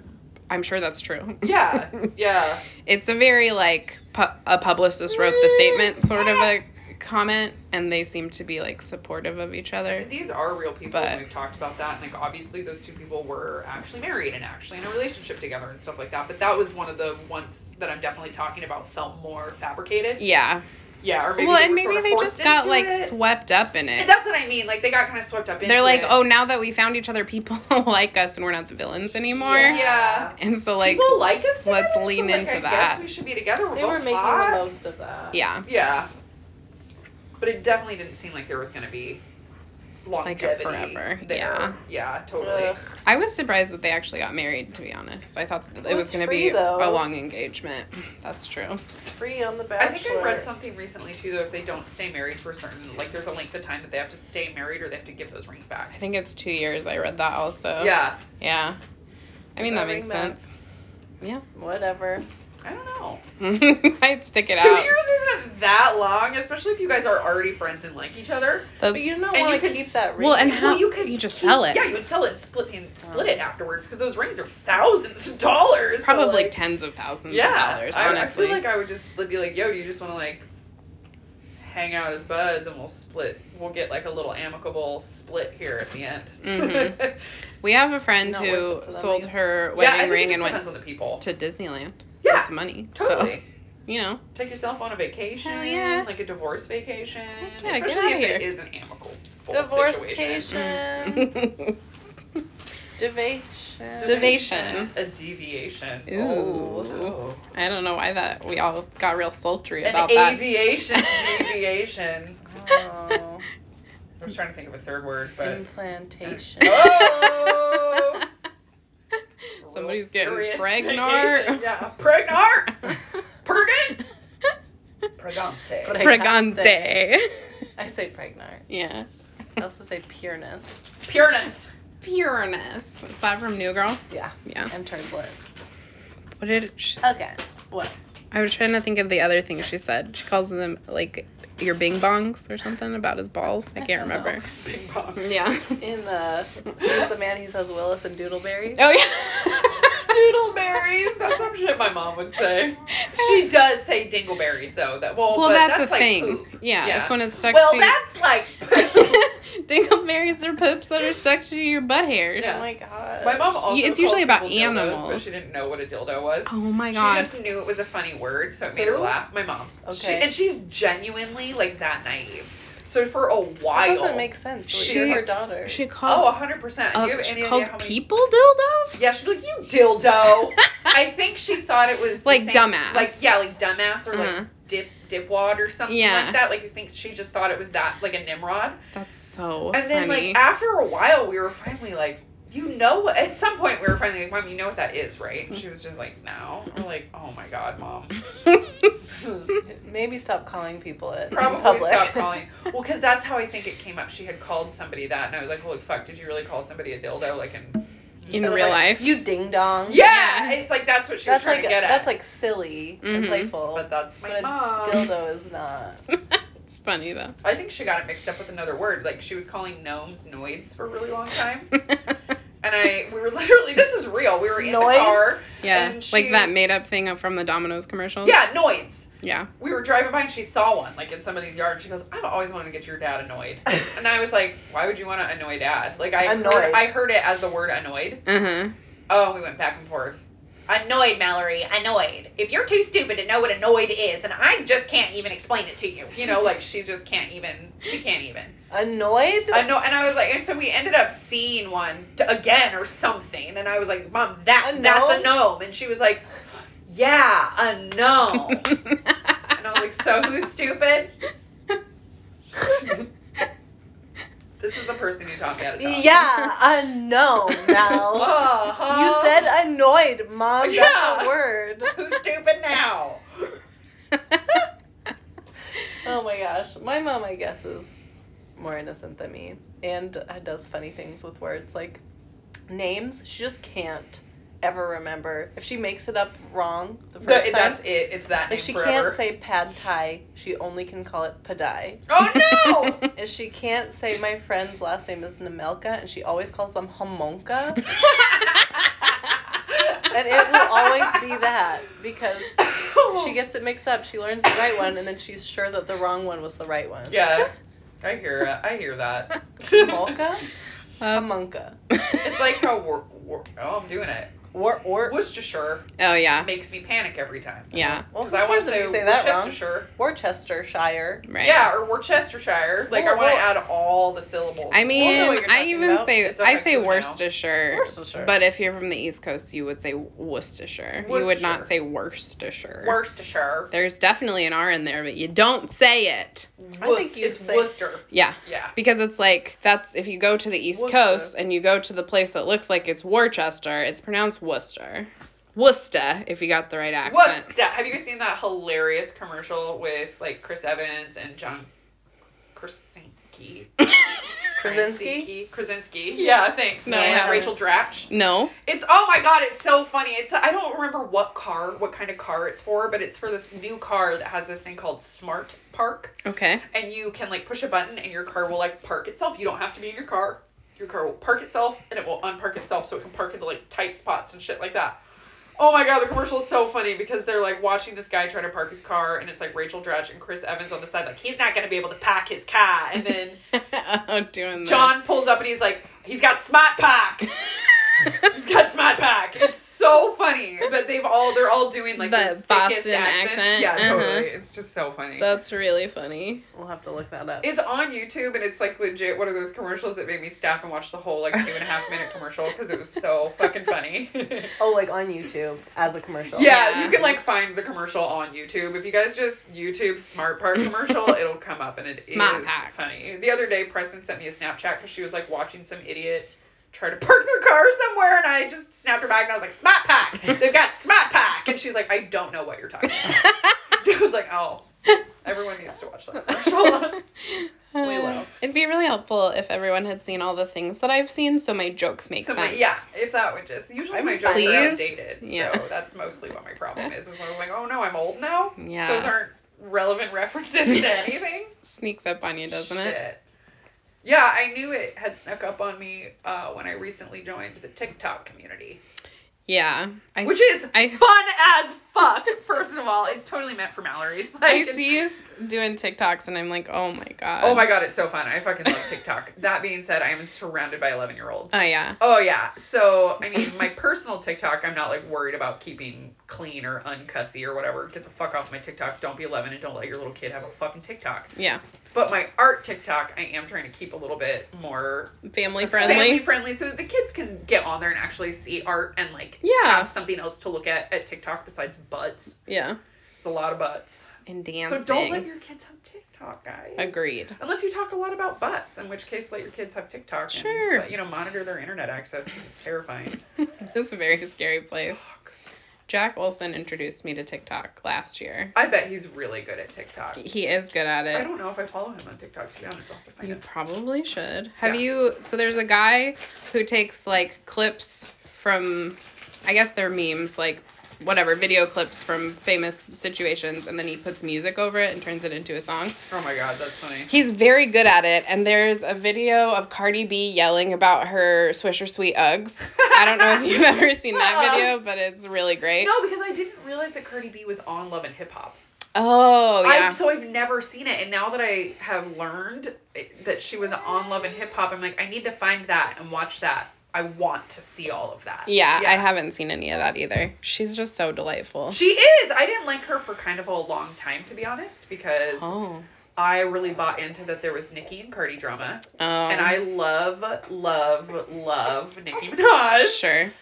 S2: I'm sure that's true.
S3: yeah, yeah.
S2: It's a very like pu- a publicist wrote the statement sort of a comment, and they seem to be like supportive of each other.
S3: These are real people.
S2: But-
S3: and we've talked about that, and like obviously those two people were actually married and actually in a relationship together and stuff like that. But that was one of the ones that I'm definitely talking about felt more fabricated.
S2: Yeah.
S3: Yeah, or maybe
S2: well,
S3: they
S2: and
S3: were
S2: maybe
S3: sort of
S2: they
S3: forced
S2: just got
S3: into
S2: like
S3: it.
S2: swept up in it.
S3: That's what I mean. Like they got kind of swept up in.
S2: They're like, oh, now that we found each other, people like us, and we're not the villains anymore.
S3: Yeah.
S2: And so like,
S3: people like us. Together,
S2: let's
S3: so,
S2: lean
S3: like,
S2: into
S3: I
S2: that.
S3: Guess we should be together. We're
S4: They
S3: both
S4: were making
S3: hot.
S4: the most of that.
S2: yeah,
S3: Yeah. But it definitely didn't seem like there was going to be longevity.
S2: forever,
S3: There.
S2: yeah.
S3: Yeah, totally.
S4: Ugh.
S2: I was surprised that they actually got married. To be honest, I thought that it
S4: Well,
S2: was
S4: it's
S2: going to
S4: free,
S2: be
S4: though.
S2: a long engagement. That's true.
S4: Free on the
S3: I
S4: Bachelor.
S3: think I read something recently too, though, if they don't stay married for a certain, like, there's a length of time that they have to stay married or they have to give those rings
S2: I
S3: back.
S2: think it's two years. I read that also.
S3: Yeah.
S2: Yeah. I mean, that
S4: Does that
S2: makes
S4: ring back?
S2: sense.
S4: Whatever.
S3: I don't know.
S2: I'd stick it
S3: Two
S2: out.
S3: years isn't that long, especially if you guys are already friends and like each other.
S4: But
S2: That's,
S4: you don't
S3: And you
S4: want to
S3: could
S4: keep
S3: s-
S4: that.
S2: well, and
S4: ring.
S2: how
S3: you could
S2: you just
S3: keep-
S2: sell it.
S3: Yeah, you would sell it, split and split it afterwards because those rings are thousands of dollars. so,
S2: Probably
S3: like,
S2: tens of thousands of dollars,
S3: I,
S2: honestly.
S3: I feel like I would just li- be like, yo, do you just want to like hang out as buds and we'll split, we'll get like a little amicable split here at the end.
S2: Mhm.
S3: yeah,
S2: we have a friend
S4: Not
S2: who
S4: worth it for them, I
S2: sold
S4: guess.
S2: her
S3: I
S2: wedding
S3: think it
S2: ring
S3: just
S2: and went
S3: depends on the people.
S2: to Disneyland
S3: Yeah,
S2: with money. So,
S3: totally.
S2: you know,
S3: Take yourself on a vacation,
S2: Hell yeah.
S3: like a divorce vacation,
S2: Heck yeah, get
S3: especially
S2: outta
S3: if it
S2: here.
S3: is an amicable
S4: Divorce
S3: situation.
S4: cation.
S2: Mm.
S4: Devation.
S2: Devation.
S3: A deviation.
S2: Ooh.
S3: Oh.
S2: I don't know why that we all got real sultry
S3: An
S2: about that.
S3: aviation deviation.
S4: Oh,
S3: I was trying to think of a third word, but
S2: Mm.
S4: implantation.
S3: Oh.
S2: Somebody's
S3: Real
S2: getting
S3: serious
S2: pregnant.
S3: vacation. Yeah, pregnant. Pregnant.
S4: Pre-
S3: Pregante.
S2: Pregante.
S4: I say pregnant.
S2: yeah.
S4: I also say pureness
S3: Pureness.
S2: Pureness. Is that from New Girl?
S4: Yeah.
S2: Yeah.
S4: and turbulent.
S2: What did she,
S4: Okay. What?
S2: I was trying to think of the other thing she said. She calls them like your bing bongs or something about his balls. I can't remember.
S3: Bing bong.
S2: Yeah.
S4: In uh, who's the man he says Willis and Doodleberry?
S2: Oh yeah.
S3: Doodleberries. That's some shit my mom would say. She does say dingleberries though. That well,
S2: well,
S3: but
S2: that's, a
S3: like
S2: thing.
S3: poop.
S2: Yeah,
S3: Yeah.
S2: it's when it's stuck
S3: well,
S2: to.
S3: that's like poop.
S2: Dingle marries her poops that are stuck to your butt hairs.
S3: Yeah.
S4: Oh my god.
S3: My mom also.
S2: It's
S3: calls
S2: usually about
S3: people dildos, but
S2: animals.
S3: she didn't know what a dildo was.
S2: Oh my
S3: She
S2: god.
S3: just knew it was a funny word, so it made her
S4: Who?
S3: laugh. My mom.
S4: Okay.
S3: She, and she's genuinely like that naive. So for a while.
S4: That doesn't make sense.
S3: She-
S4: She, You're her daughter.
S2: She
S3: Oh,
S2: called.
S3: 100%. Do
S2: uh,
S3: you have any
S2: she
S3: idea
S2: calls
S3: how many-
S2: people dildos.
S3: Yeah, she's like, you dildo. I think she thought it was the
S2: Like
S3: same-
S2: dumbass.
S3: Like yeah, like dumbass or
S2: Uh-huh.
S3: like dip dipwad or something
S2: Yeah.
S3: like that. Like I think she just thought it was that like a Nimrod.
S2: That's so
S3: And then
S2: funny.
S3: like after a while we were finally like, you know what at some point we were finally like, Mom, you know what that is, right? And she was just like, No. We're like, Oh my god, mom.
S4: Maybe stop calling people it. in
S3: Probably
S4: public.
S3: stop calling. Well, because that's how I think it came up. She had called somebody that, and I was like, "Holy fuck! Did you really call somebody a dildo?" Like, and
S2: in
S4: Instead of
S2: real
S4: like,
S2: life.
S4: You ding dong.
S3: yeah, it's like that's what she was
S4: That's
S3: trying
S4: like
S3: to get at.
S4: that's like silly and
S2: Mhm.
S4: playful.
S3: but that's my
S4: But
S3: mom.
S4: dildo is not.
S2: it's funny though.
S3: I think she got it mixed up with another word. Like she was calling gnomes noids for a really long time, and I we were literally this is real. We were in
S4: Noids?
S3: the car.
S2: yeah,
S3: And
S2: like
S3: she-
S2: that made up thing from the Domino's commercials.
S3: Yeah, noids.
S2: Yeah.
S3: We were driving by and she saw one like in somebody's yard. She goes, "I've always wanted to get your dad annoyed," and I was like, "Why would you want to annoy dad?" Like I
S4: Annoyed.
S3: heard I heard it as the word annoyed.
S2: Uh huh.
S3: Oh, we went back and forth. Annoyed, Mallory. Annoyed. If you're too stupid to know what annoyed is, then I just can't even explain it to you. You know, like she just can't even. She can't even.
S4: Annoyed?
S3: I know, and I was like, and so we ended up seeing one t- again or something, and I was like, Mom, that
S4: A
S3: that's a
S4: gnome?
S3: gnome, and she was like, Yeah, a gnome, and I was like, So who's stupid? This is the person who taught me how to talk.
S4: yeah, a no, Mal.
S3: Uh-huh.
S4: you said annoyed, mom. That's
S3: Yeah.
S4: a word.
S3: who's stupid now?
S4: Oh my gosh. My mom, I guess, is more innocent than me and uh, does funny things with words like names. She just can't ever remember. If she makes it up wrong the
S3: The-
S4: first time,
S3: that's it. It's that
S4: like
S3: name
S4: she
S3: forever.
S4: can't say pad thai, she only can call it padai.
S3: oh no!
S4: And she can't say my friend's last name is Namelka and she always calls them Homonka. And it will always be that because she gets it mixed up. She learns the right one and then she's sure that the wrong one was the right one.
S3: Yeah, I hear it. I hear that.
S4: Homonka?
S2: That's-
S4: Homonka.
S3: Oh, It's like how wor- wor- oh, I'm doing it.
S4: Or, or,
S3: Worcestershire
S2: Oh yeah.
S3: makes me panic every time.
S2: Yeah.
S4: Well,
S3: Because I want to say,
S4: say, say that wrong.
S3: Worcestershire.
S4: Worcestershire.
S2: Right.
S3: Yeah, or Worcestershire. Like,
S4: Well,
S3: I want to
S4: well-
S3: add all the syllables.
S2: I mean,
S4: what you're
S2: I
S4: talking
S2: even
S4: about.
S2: say
S3: It's
S2: I
S3: okay
S2: say
S3: for now.
S2: Worcestershire,
S4: Worcestershire.
S2: but if you're from the East Coast, you would say Worcestershire. You would not say Worcestershire.
S3: Worcestershire.
S2: There's definitely an R in there, but you don't say it.
S4: I
S3: Worc-
S4: think you'd
S3: it's
S4: say-
S3: Worcester.
S2: Yeah.
S3: Yeah.
S2: Because it's like that's if you go to the East
S4: Worcester.
S2: Coast and you go to the place that looks like it's Worcester, it's pronounced Worcester. Worcester, if you got the right accent.
S3: Worcester. Have you guys seen that hilarious commercial with, like, Chris Evans and John Krasinski?
S4: Krasinski?
S3: Krasinski. Yeah, thanks.
S2: No,
S3: No, and
S2: I
S3: Rachel Dratch.
S2: No.
S3: It's oh my god, it's so funny. It's I don't remember what car, what kind of car it's for, but it's for this new car that has this thing called Smart Park,
S2: Okay.
S3: and you can like push a button and your car will like park itself. You don't have to be in your car. Your car will park itself and it will unpark itself so it can park into like tight spots and shit like that. Oh my god, the commercial is so funny because they're like watching this guy try to park his car and it's like Rachel Dratch and Chris Evans on the side like he's not going to be able to park his car and then
S2: oh, doing that.
S3: John pulls up and he's like, he's got smart pack. he's got smart pack. It's so funny. But they've all they're all doing like
S2: The
S3: the,
S2: Boston
S3: accents.
S2: accent,
S3: Yeah,
S2: uh-huh.
S3: totally. It's just so funny.
S2: That's really funny.
S4: We'll have to look that up.
S3: it's on YouTube and it's like legit one of those commercials that made me stop and watch the whole like two and a half minute commercial because it was so fucking funny.
S4: oh, like on YouTube as a commercial.
S3: yeah,
S2: Yeah.
S3: you can like find the commercial on YouTube. If you guys just YouTube Smart Park commercial, it'll come up and it is
S2: Smart Park.
S3: funny. The other day, Preston sent me a Snapchat because she was like watching some idiot try to park their car somewhere, and I just snapped her back and I was like, Smart Pack! They've got Smart Pack! And she's like, I don't know what you're talking about. I was like, oh, everyone needs to watch that commercial. Lilo.
S2: Uh, It'd be really helpful if everyone had seen all the things that I've seen so my jokes make
S3: So my-
S2: sense.
S3: yeah, if that would just usually my jokes
S2: please?
S3: are outdated,
S2: Yeah.
S3: so that's mostly what my problem is. Is I was like, oh no, I'm old now.
S2: Yeah.
S3: those aren't relevant references to anything.
S2: Sneaks up on you, doesn't
S3: Shit.
S2: it?
S3: Yeah, I knew it had snuck up on me uh, when I recently joined the TikTok community.
S2: Yeah. I
S3: which
S2: s-
S3: is
S2: I
S3: fun as fuck. First of all, it's totally meant for Mallory's. Like,
S2: I
S3: it's-
S2: see you s- doing TikToks and I'm like, oh my god.
S3: Oh my god, it's so fun. I fucking love TikTok. that being said, I am surrounded by 11 year olds.
S2: Oh yeah.
S3: Oh yeah. So I mean, my personal TikTok, I'm not like worried about keeping clean or uncussy or whatever. Get the fuck off my TikTok. Don't be 11 and don't let your little kid have a fucking TikTok.
S2: Yeah.
S3: But my art TikTok, I am trying to keep a little bit more
S2: Family friendly.
S3: family friendly, so that the kids can get on there and actually see art and like
S2: Yeah.
S3: have something else to look at at TikTok besides butts.
S2: Yeah.
S3: It's a lot of butts.
S2: And dancing.
S3: So don't let your kids have TikTok, guys.
S2: Agreed.
S3: Unless you talk a lot about butts, in which case let your kids have TikTok. and,
S2: Sure.
S3: but, you know, monitor their internet access. 'cause It's terrifying.
S2: This is a very scary place. Jack Olson introduced me to TikTok last year.
S3: I bet he's really good at TikTok.
S2: He is good at
S3: I
S2: it.
S3: don't know if I follow him on TikTok to be honest. I'll have to find
S2: You
S3: out.
S2: probably should. Have
S3: Yeah.
S2: you? So there's a guy who takes like clips from, I guess they're memes, like whatever video clips from famous situations, and then he puts music over it and turns it into a song.
S3: Oh my god, that's funny.
S2: He's very good at it, and there's a video of Cardi B yelling about her Swisher Sweet Uggs. I don't know if you've ever seen that video, but it's really great.
S3: No, because I didn't realize that Cardi B was on Love and Hip Hop.
S2: Oh
S3: I've-
S2: yeah,
S3: so I've never seen it, and now that I have learned it- that she was on Love and Hip Hop, I'm like, I need to find that and watch that. I want to see all of that.
S2: yeah. I haven't seen any of that either. She's just so delightful.
S3: She is. I didn't like her for kind of a long time, to be honest, because
S2: oh,
S3: I really bought into that there was Nicki and Cardi drama,
S2: oh,
S3: and I love, love, love Nicki Minaj.
S2: sure.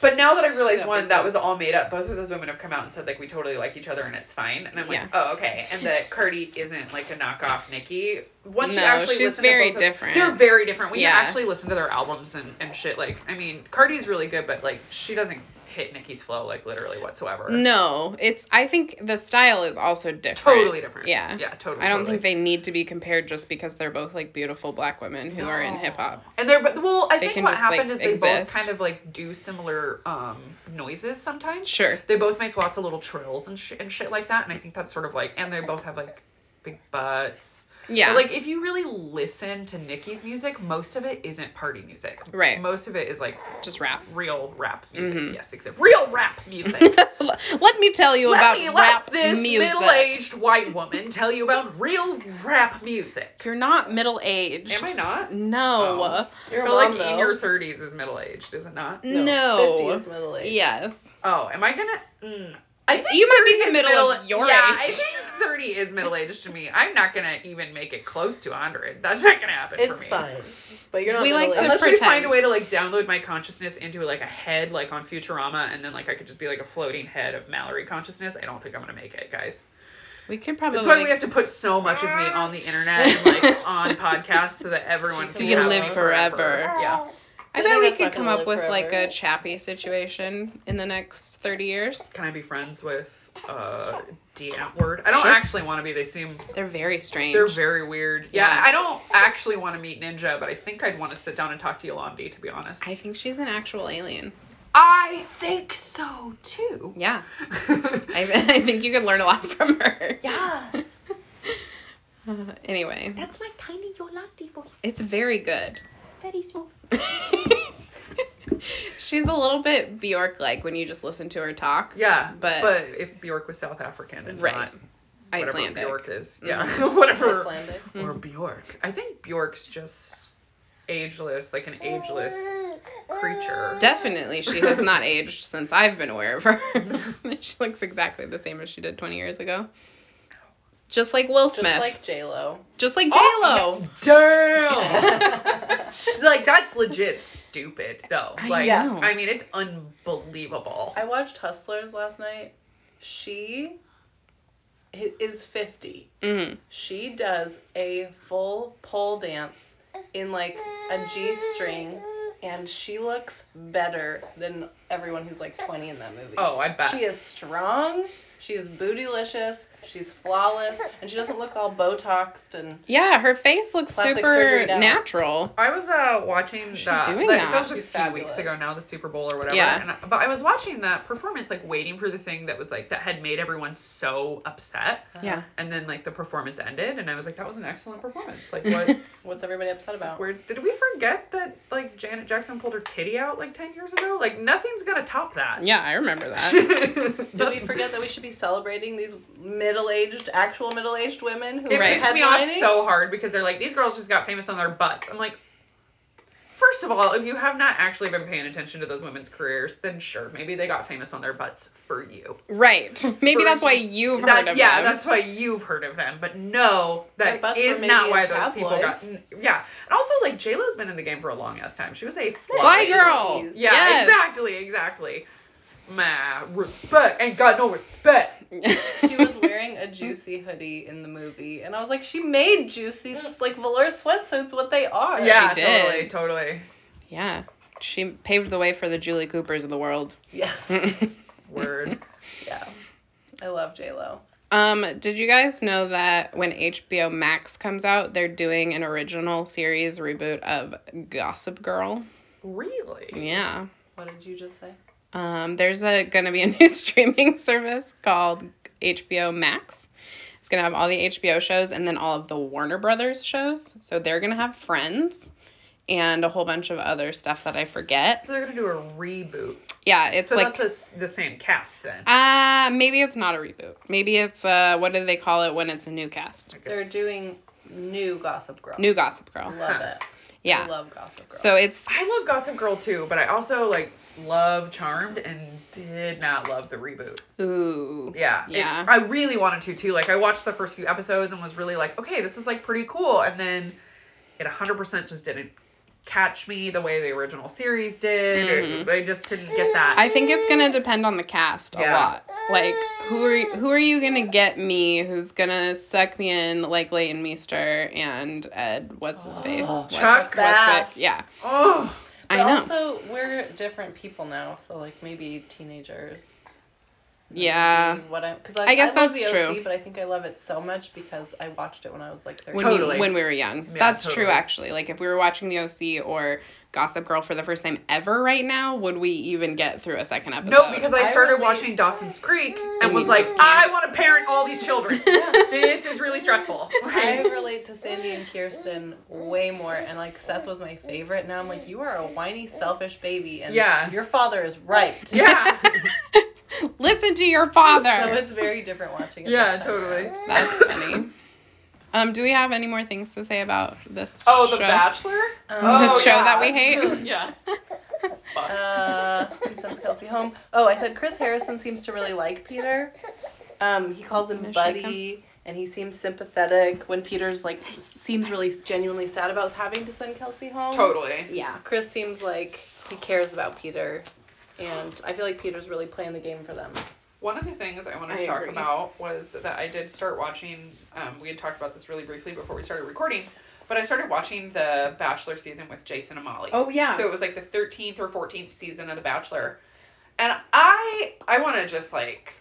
S3: But now that I realize one that was all made up, both of those women have come out and said like we totally like each other and it's fine, and I'm like,
S2: Yeah.
S3: oh okay, and that Cardi isn't like a knockoff Nicki. Once
S2: No,
S3: you actually
S2: she's
S3: listen
S2: very
S3: to both of-
S2: different.
S3: they're very different. When
S2: Yeah.
S3: you actually listen to their albums and and shit, like I mean, Cardi's really good, but like she doesn't hit Nicki's flow like literally whatsoever.
S2: No, it's. I think the style is also different.
S3: totally different.
S2: Yeah.
S3: yeah, totally.
S2: I don't
S3: totally.
S2: think they need to be compared just because they're both like beautiful black women who are in
S3: No.
S2: hip hop.
S3: And they're but well, I
S2: They
S3: think
S2: can
S3: what
S2: just,
S3: happened
S2: like,
S3: is they
S2: exist.
S3: both kind of like do similar um noises sometimes.
S2: Sure.
S3: They both make lots of little trills and sh- and shit like that, and I think that's sort of like, and they both have like big butts.
S2: Yeah.
S3: But, like if you really listen to Nicki's music, most of it isn't party music.
S2: Right.
S3: Most of it is like
S2: just rap.
S3: real rap music. Yes, except real rap music.
S2: Let me tell you about
S3: Let me
S2: rap
S3: let this
S2: music.
S3: middle-aged white woman tell you about real rap music.
S2: You're not middle aged.
S3: Am I not? Oh,
S2: No.
S4: Your
S3: I feel like
S4: mom,
S3: in
S4: though.
S3: your 30s is middle aged, is it not?
S2: No.
S4: 50 is middle age.
S2: Yes.
S3: Oh, am I gonna? Mm, I think
S2: You might be the
S3: 30 is
S2: middle of your
S3: yeah, I
S2: age.
S3: think thirty is middle aged to me. I'm not gonna even make it close to hundred. That's not gonna happen for
S4: It's
S3: me.
S4: fine. But you're not
S2: We like
S4: middle-aged.
S2: to
S3: Unless we
S2: Pretend.
S3: find a way to like download my consciousness into like a head, like on Futurama, and then like I could just be like a floating head of Mallory consciousness. I don't think I'm gonna make it, guys.
S2: We could probably.
S3: That's why we have to put so much of me on the internet and like on podcasts so that everyone
S2: So
S3: can
S2: you can
S3: have
S2: live
S3: me
S2: forever.
S3: Yeah,
S2: I
S4: I
S2: bet
S4: think
S2: we
S4: that's
S2: could
S4: not
S2: come
S4: gonna
S2: up with
S4: live
S2: like a
S4: forever.
S2: chappy situation in the next 30 years.
S3: can I be friends with uh, D word? I don't
S2: Sure.
S3: actually want to be. They seem
S2: They're very strange.
S3: They're very weird. Yeah,
S2: Yeah.
S3: I don't actually want to meet Ninja, but I think I'd want to sit down and talk to Yolandi, to be honest.
S2: I think she's an actual alien.
S3: I think so too.
S2: Yeah. I, I think you could learn a lot from her. Uh,
S4: Yes.
S2: Anyway,
S4: That's my tiny Yolandi voice.
S2: it's very good.
S4: Very small.
S2: she's a little bit Bjork like when you just listen to her talk.
S3: yeah,
S2: But-
S3: but but if Bjork was South African and
S2: Right.
S3: not whatever
S2: Icelandic. Mm-hmm.
S3: Bjork is, yeah, whatever.
S4: Icelandic.
S3: Or Bjork. I think Bjork's just ageless, like an ageless creature.
S2: Definitely, she has not aged since I've been aware of her. she looks exactly the same as she did 20 years ago. Just like Will Smith.
S4: Just like J Lo.
S2: Just like,
S3: Oh,
S2: J-Lo.
S3: Damn. like that's legit stupid though.
S2: I
S3: Like
S2: know.
S3: I mean, it's unbelievable.
S4: I watched Hustlers last night. She i- is 50.
S2: Mhm.
S4: She does a full pole dance in like a G string, and she looks better than everyone who's like 20 in that movie.
S3: Oh, I bet.
S4: She is strong. She is bootylicious. She's flawless, and she doesn't look all Botoxed and
S2: Yeah, her face looks
S4: Plastic
S2: super
S4: surgery down.
S2: natural.
S3: I was uh, watching that.
S2: doing
S3: like,
S2: that?
S3: that was a
S4: She's
S3: few
S4: fabulous.
S3: weeks ago now, the Super Bowl or whatever.
S2: Yeah.
S3: And I, but I was watching that performance, like waiting for the thing that was like that had made everyone so upset,
S2: Yeah.
S3: and then like the performance ended, and I was like, that was an excellent performance. Like, what's
S4: what's everybody upset about?
S3: where did we forget that like Janet Jackson pulled her titty out like ten years ago? Like nothing's gonna top that.
S2: Yeah, I remember that.
S4: Did we forget that we should be celebrating these middle-aged, actual middle-aged women who
S3: It
S4: are
S2: Right.
S3: pissed me off
S4: headlining?
S3: so hard because they're like, these girls just got famous on their butts. I'm like, first of all, if you have not actually been paying attention to those women's careers, then sure, maybe they got famous on their butts for you.
S2: right. Maybe
S3: For-
S2: that's why you've
S3: That-
S2: heard of
S3: yeah,
S2: them.
S3: that's why you've heard of them. But no,
S4: Their
S3: that
S4: butts
S3: is
S4: were
S3: not
S4: maybe
S3: why
S4: in
S3: those people got.
S4: tabloids.
S3: Yeah. And also, like, JLo's been in the game for a long ass time. She was a
S2: Fly girl.
S4: Yes.
S3: Yeah,
S2: Yes.
S3: exactly, exactly. My respect ain't got no respect.
S4: she was wearing a juicy hoodie in the movie, and I was like, she made juicy s- like velour sweatsuits what they are.
S3: yeah,
S2: did.
S3: totally, totally.
S2: yeah. She paved the way for the Julie Coopers of the world.
S4: Yes.
S3: Word.
S4: yeah. I love J Lo.
S2: Um, did you guys know that when HBO Max comes out, they're doing an original series reboot of Gossip Girl?
S3: really?
S2: Yeah.
S4: What did you just say?
S2: Um, there's a gonna be a new streaming service called HBO Max. It's gonna have all the HBO shows and then all of the Warner Brothers shows. So they're gonna have Friends and a whole bunch of other stuff that I forget.
S3: So they're gonna do a reboot.
S2: Yeah, it's
S3: So
S2: like
S3: that's a s the same cast then.
S2: uh maybe it's not a reboot. Maybe it's uh what do they call it when it's a new cast?
S3: I guess.
S4: They're doing new Gossip Girl.
S2: New Gossip Girl.
S4: Love it. I
S2: Yeah.
S4: love Gossip Girl.
S2: So it's
S3: I love Gossip Girl too, but I also like love Charmed and did not love the reboot.
S2: ooh.
S3: Yeah. it-
S2: Yeah.
S3: I really wanted to too. Like I watched the first few episodes and was really like, okay, this is like pretty cool. And then it 100% just didn't catch me the way the original series did. It- They just didn't get that.
S2: Mm-hmm. I think it's gonna depend on the cast a
S3: Yeah.
S2: lot. Like who are who are you gonna get me? Who's gonna suck me in like Leighton Meester and Ed? What's his face?
S4: Oh,
S2: West-
S3: Chuck
S4: Bass.
S2: Yeah,
S3: oh.
S2: I
S4: But
S2: know.
S4: Also, we're different people now, so like maybe teenagers.
S2: yeah,
S4: Maybe What I because I,
S2: I guess
S4: love
S2: that's
S4: the OC,
S2: true.
S4: But I think I love it so much because I watched it when I was like thirteen.
S2: when
S3: Totally.
S2: you, when we were young,
S3: Yeah,
S2: that's true.
S3: totally.
S2: Actually, like if we were watching The OC or Gossip Girl for the first time ever right now, would we even get through a second episode?
S3: No, because I
S4: I
S3: started
S4: really-
S3: watching Dawson's Creek and
S2: you
S3: was like,
S2: just
S3: I
S2: can't.
S3: want to parent all these children. This is really stressful.
S4: I relate to Sandy and Kirsten way more, and like Seth was my favorite. Now I'm like, you are a whiny, selfish baby, and
S3: Yeah.
S4: your father is right.
S3: yeah.
S2: listen to your father.
S4: So it's very different watching it.
S3: Yeah,
S4: this time
S3: totally.
S4: around.
S2: that's funny. Um, do we have any more things to say about this?
S3: Oh,
S2: show?
S3: The Bachelor?
S4: Um,
S2: This
S3: Oh,
S2: show
S3: yeah.
S2: that we hate.
S3: Yeah.
S4: Uh, he sends Kelsey home. Oh, I said Chris Harrison seems to really like Peter. Um, he calls him
S2: Gonna shake
S4: buddy, and he seems sympathetic when Peter's like s- seems really genuinely sad about having to send Kelsey home.
S3: Totally.
S4: Yeah, Chris seems like he cares about Peter, and I feel like Peter's really playing the game for them.
S3: One of the things I wanted to
S2: I
S3: talk
S2: agree.
S3: about was that I did start watching. Um, we had talked about this really briefly before we started recording, but I started watching the Bachelor season with Jason Amali.
S2: Oh, yeah.
S3: So it was like the thirteenth or fourteenth season of the Bachelor, and I I want to just like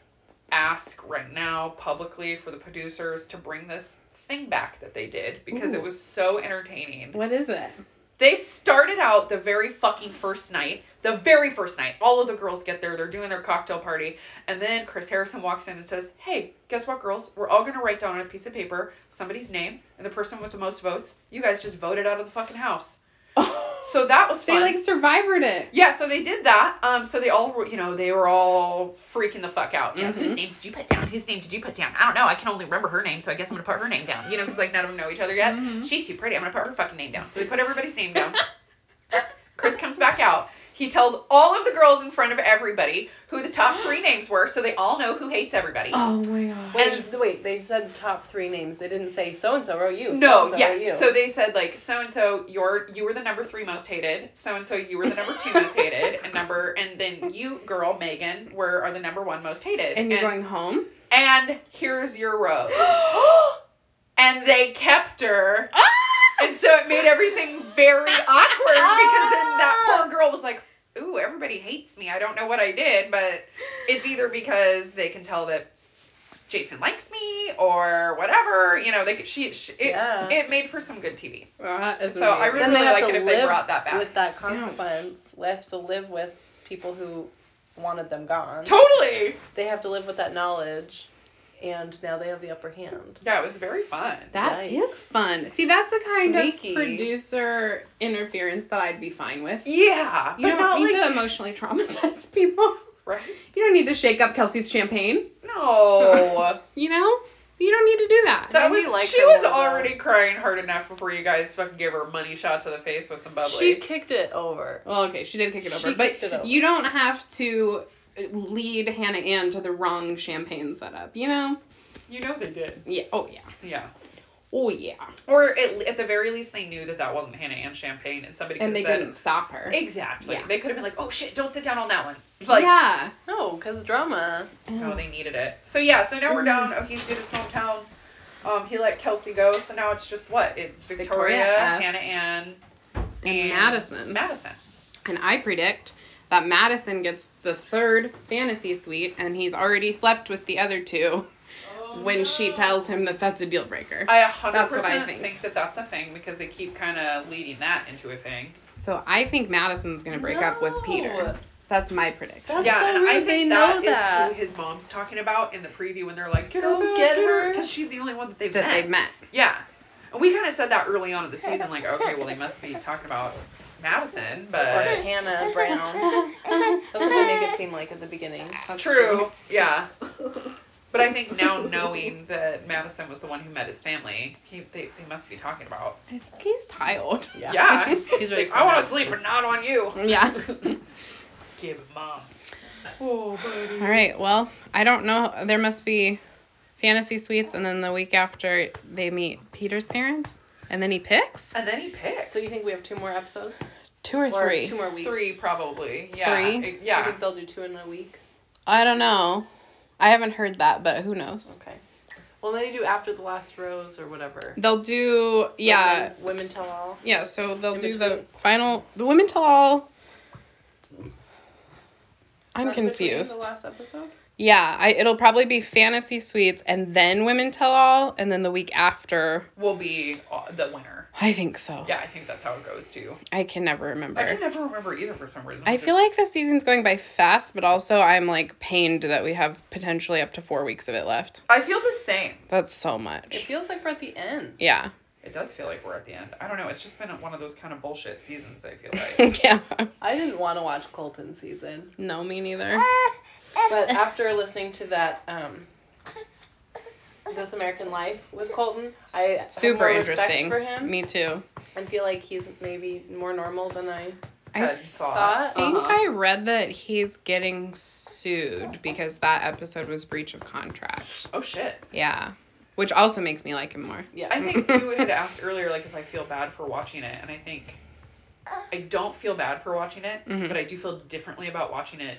S3: ask right now publicly for the producers to bring this thing back that they did because it was so entertaining.
S2: What is it?
S3: They started out the very fucking first night, the very first night. All of the girls get there, they're doing their cocktail party, and then Chris Harrison walks in and says, Hey, guess what, girls? We're all gonna write down on a piece of paper somebody's name and the person with the most votes. You guys just voted out of the fucking house. So that was fun.
S2: They like survivored it.
S3: Yeah, so they did that. Um, so they all, were, you know, they were all freaking the fuck out. You know, whose name did you put down? Whose name did you put down? I don't know. I can only remember her name, so I guess I'm gonna put her name down. You know, because like none of them know each other yet. She's too pretty. I'm gonna put her fucking name down. So they put everybody's name down. Chris comes back out. He tells all of the girls in front of everybody who the top three names were, so they all know who hates everybody.
S2: Oh my god.
S4: Wait, wait, they said top three names. They didn't say so and so wrote you.
S3: No,
S4: so-and-so wrote you.
S3: yes. So they said like so and so you're you were the number three most hated, so and so you were the number two most hated, and number and then you girl Megan were are the number one most hated.
S2: And you're going home?
S3: and here's your rose. and they kept her. And so it made everything very awkward because then that poor girl was like, Ooh, everybody hates me. I don't know what I did, but it's either because they can tell that Jason likes me or whatever. You know, they could, she, she it,
S4: Yeah.
S3: it made for some good TV.
S2: Well, that is
S3: So I
S2: amazing.
S3: really-
S4: then they have
S3: like
S4: to
S3: it if they
S4: live
S3: brought that back.
S4: with that consequence. They have to live with people who wanted them gone.
S3: Totally.
S4: They have to live with that knowledge, and now they have the upper hand.
S3: Yeah, it was very fun.
S2: That is
S4: Yikes.
S2: fun. See, that's the kind
S4: Sneaky.
S2: of producer interference that I'd be fine with.
S3: Yeah,
S2: You
S3: but
S2: don't
S3: not
S2: need
S3: like
S2: to emotionally traumatize people.
S3: right.
S2: You don't need to shake up Kelsey's champagne.
S3: No,
S2: You know? You don't need to do that.
S3: that
S4: Made me
S3: was
S4: like
S3: she
S4: her
S3: was
S4: more, though.
S3: already crying hard enough before you guys fucking gave her a money shot to the face with some bubbly.
S4: She kicked it over.
S2: well, okay, she did kick it
S4: She
S2: over. but
S4: kicked it over.
S2: you don't have to uh, lead Hannah Ann to the wrong champagne setup, you know?
S3: you know they did.
S2: Yeah. Oh, yeah.
S3: Yeah,
S2: Oh, yeah.
S3: or at, at the very least they knew that that wasn't Hannah and champagne, and somebody
S2: And
S3: could
S2: they
S3: have said
S2: couldn't stop her.
S3: exactly.
S2: Yeah.
S3: They could have been like, "Oh shit, don't sit down on that one." Like,
S2: yeah.
S4: No, because drama.
S3: No, they needed it. So yeah, so now we're
S2: Mm-hmm.
S3: down. Oh, he's did his hometowns. Um, he let Kelsey go, so now it's just what? It's Victoria,
S2: Victoria F.
S3: Hannah Ann,
S2: and Madison.
S3: Madison.
S2: And I predict that Madison gets the third fantasy suite and he's already slept with the other two when she tells him that that's a deal breaker.
S3: I a hundred
S2: That's what I
S3: percent
S2: think.
S3: think that that's a thing because they keep kind of leading that into a thing.
S2: So I think Madison's going to break up with Peter. That's my prediction.
S4: That's
S3: yeah,
S4: so
S3: and I
S4: weird
S3: think
S4: they
S3: that
S4: know
S3: is
S4: that.
S3: who his mom's talking about in the preview when they're like, "Get
S4: Go
S3: her, back,
S4: get
S3: get her,"
S4: her.
S3: because she's the only one that they've
S2: That
S3: met.
S2: they've met.
S3: Yeah. And we kind of said that early on in the season, like, okay, well, they must be talking about Madison,
S4: Or
S3: but
S4: Hannah Brown. That's what they make it seem like at the beginning.
S2: That's
S3: True. Yeah. But I think now knowing that Madison was the one who met his family, he, they, they must be talking about.
S2: I think he's tired.
S4: Yeah.
S3: Yeah.
S4: He's
S3: He's
S4: ready
S3: like,
S4: for
S3: I want
S4: that.
S3: to sleep, but not on you.
S2: Yeah.
S3: Give it, mom. Oh, buddy.
S2: All right. Well, I don't know. There must be fantasy suites, and then the week after they meet Peter's parents, and then he picks
S3: And then he picks.
S4: So you think we have two more episodes?
S2: two or three.
S4: two more weeks?
S3: three probably? Yeah.
S2: Three?
S3: It-
S4: I
S3: Yeah.
S4: think they'll do two in a week.
S2: I don't know. I haven't heard that, but who knows?
S4: Okay. Well, then you do after the last rose or whatever.
S2: They'll do yeah.
S4: Women, women tell all.
S2: Yeah, so they'll
S4: In
S2: do the
S4: between.
S2: final the women tell all.
S4: Is
S2: I'm
S4: that in between The
S2: confused.
S4: last episode.
S2: Yeah, I it'll probably be fantasy suites and then women tell all and then the week after.
S3: Will be uh, the winner.
S2: I think so.
S3: Yeah, I think that's how it goes too.
S2: I can never remember.
S3: I can never remember either for some reason.
S2: I feel like this season's going by fast, but also I'm like pained that we have potentially up to 4 weeks of it left.
S3: I feel the same.
S2: That's so
S4: It
S2: much.
S4: feels like we're at the end.
S2: Yeah.
S3: It does feel like we're at the end. I don't know. It's just been one of those kind of bullshit seasons. I feel like.
S2: yeah.
S4: I didn't want to watch Colton season,
S2: No, me neither.
S4: but after listening to that, um, This American Life with Colton, I
S2: Super
S4: have more
S2: interesting.
S4: respect for him
S2: Me too.
S4: and feel like he's maybe more normal than I
S2: I
S3: Had
S4: thought.
S2: I think
S4: Uh-huh.
S2: I read that he's getting sued because that episode was breach of contract.
S3: Oh shit.
S2: Yeah. Which also makes me like him more.
S4: yeah.
S3: I think you had asked earlier, like, if I feel bad for watching it, and I think I don't feel bad for watching it,
S2: Mhm.
S3: but I do feel differently about watching it.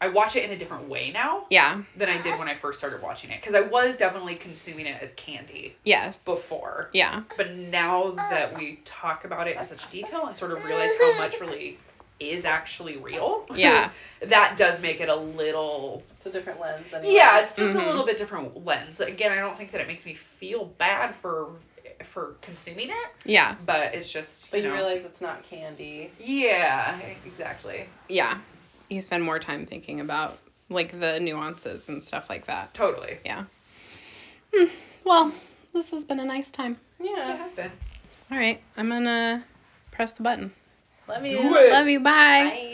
S3: I watch it in a different way now
S2: Yeah.
S3: than I did when I first started watching it, because I was definitely consuming it as candy
S2: Yes.
S3: before.
S2: Yeah.
S3: But now that we talk about it in such detail and sort of realize how much really is actually real,
S2: Yeah.
S3: that does make it a little
S4: it's a different lens. Anyway.
S3: yeah, it's just
S2: Mhm.
S3: a little bit different lens. Again, I don't think that it makes me feel bad for for consuming it,
S2: Yeah.
S3: but it's just
S4: but
S3: you
S4: you
S3: know,
S4: realize it's not candy.
S3: yeah, exactly,
S2: Yeah. You spend more time thinking about like the nuances and stuff like that.
S3: totally.
S2: Yeah. Hmm. Well, this has been a nice time.
S3: So it
S4: Yeah.
S3: has been.
S2: All right. I'm going to press the button.
S4: Let me.
S3: Do it.
S2: Love you. Bye.
S4: Bye.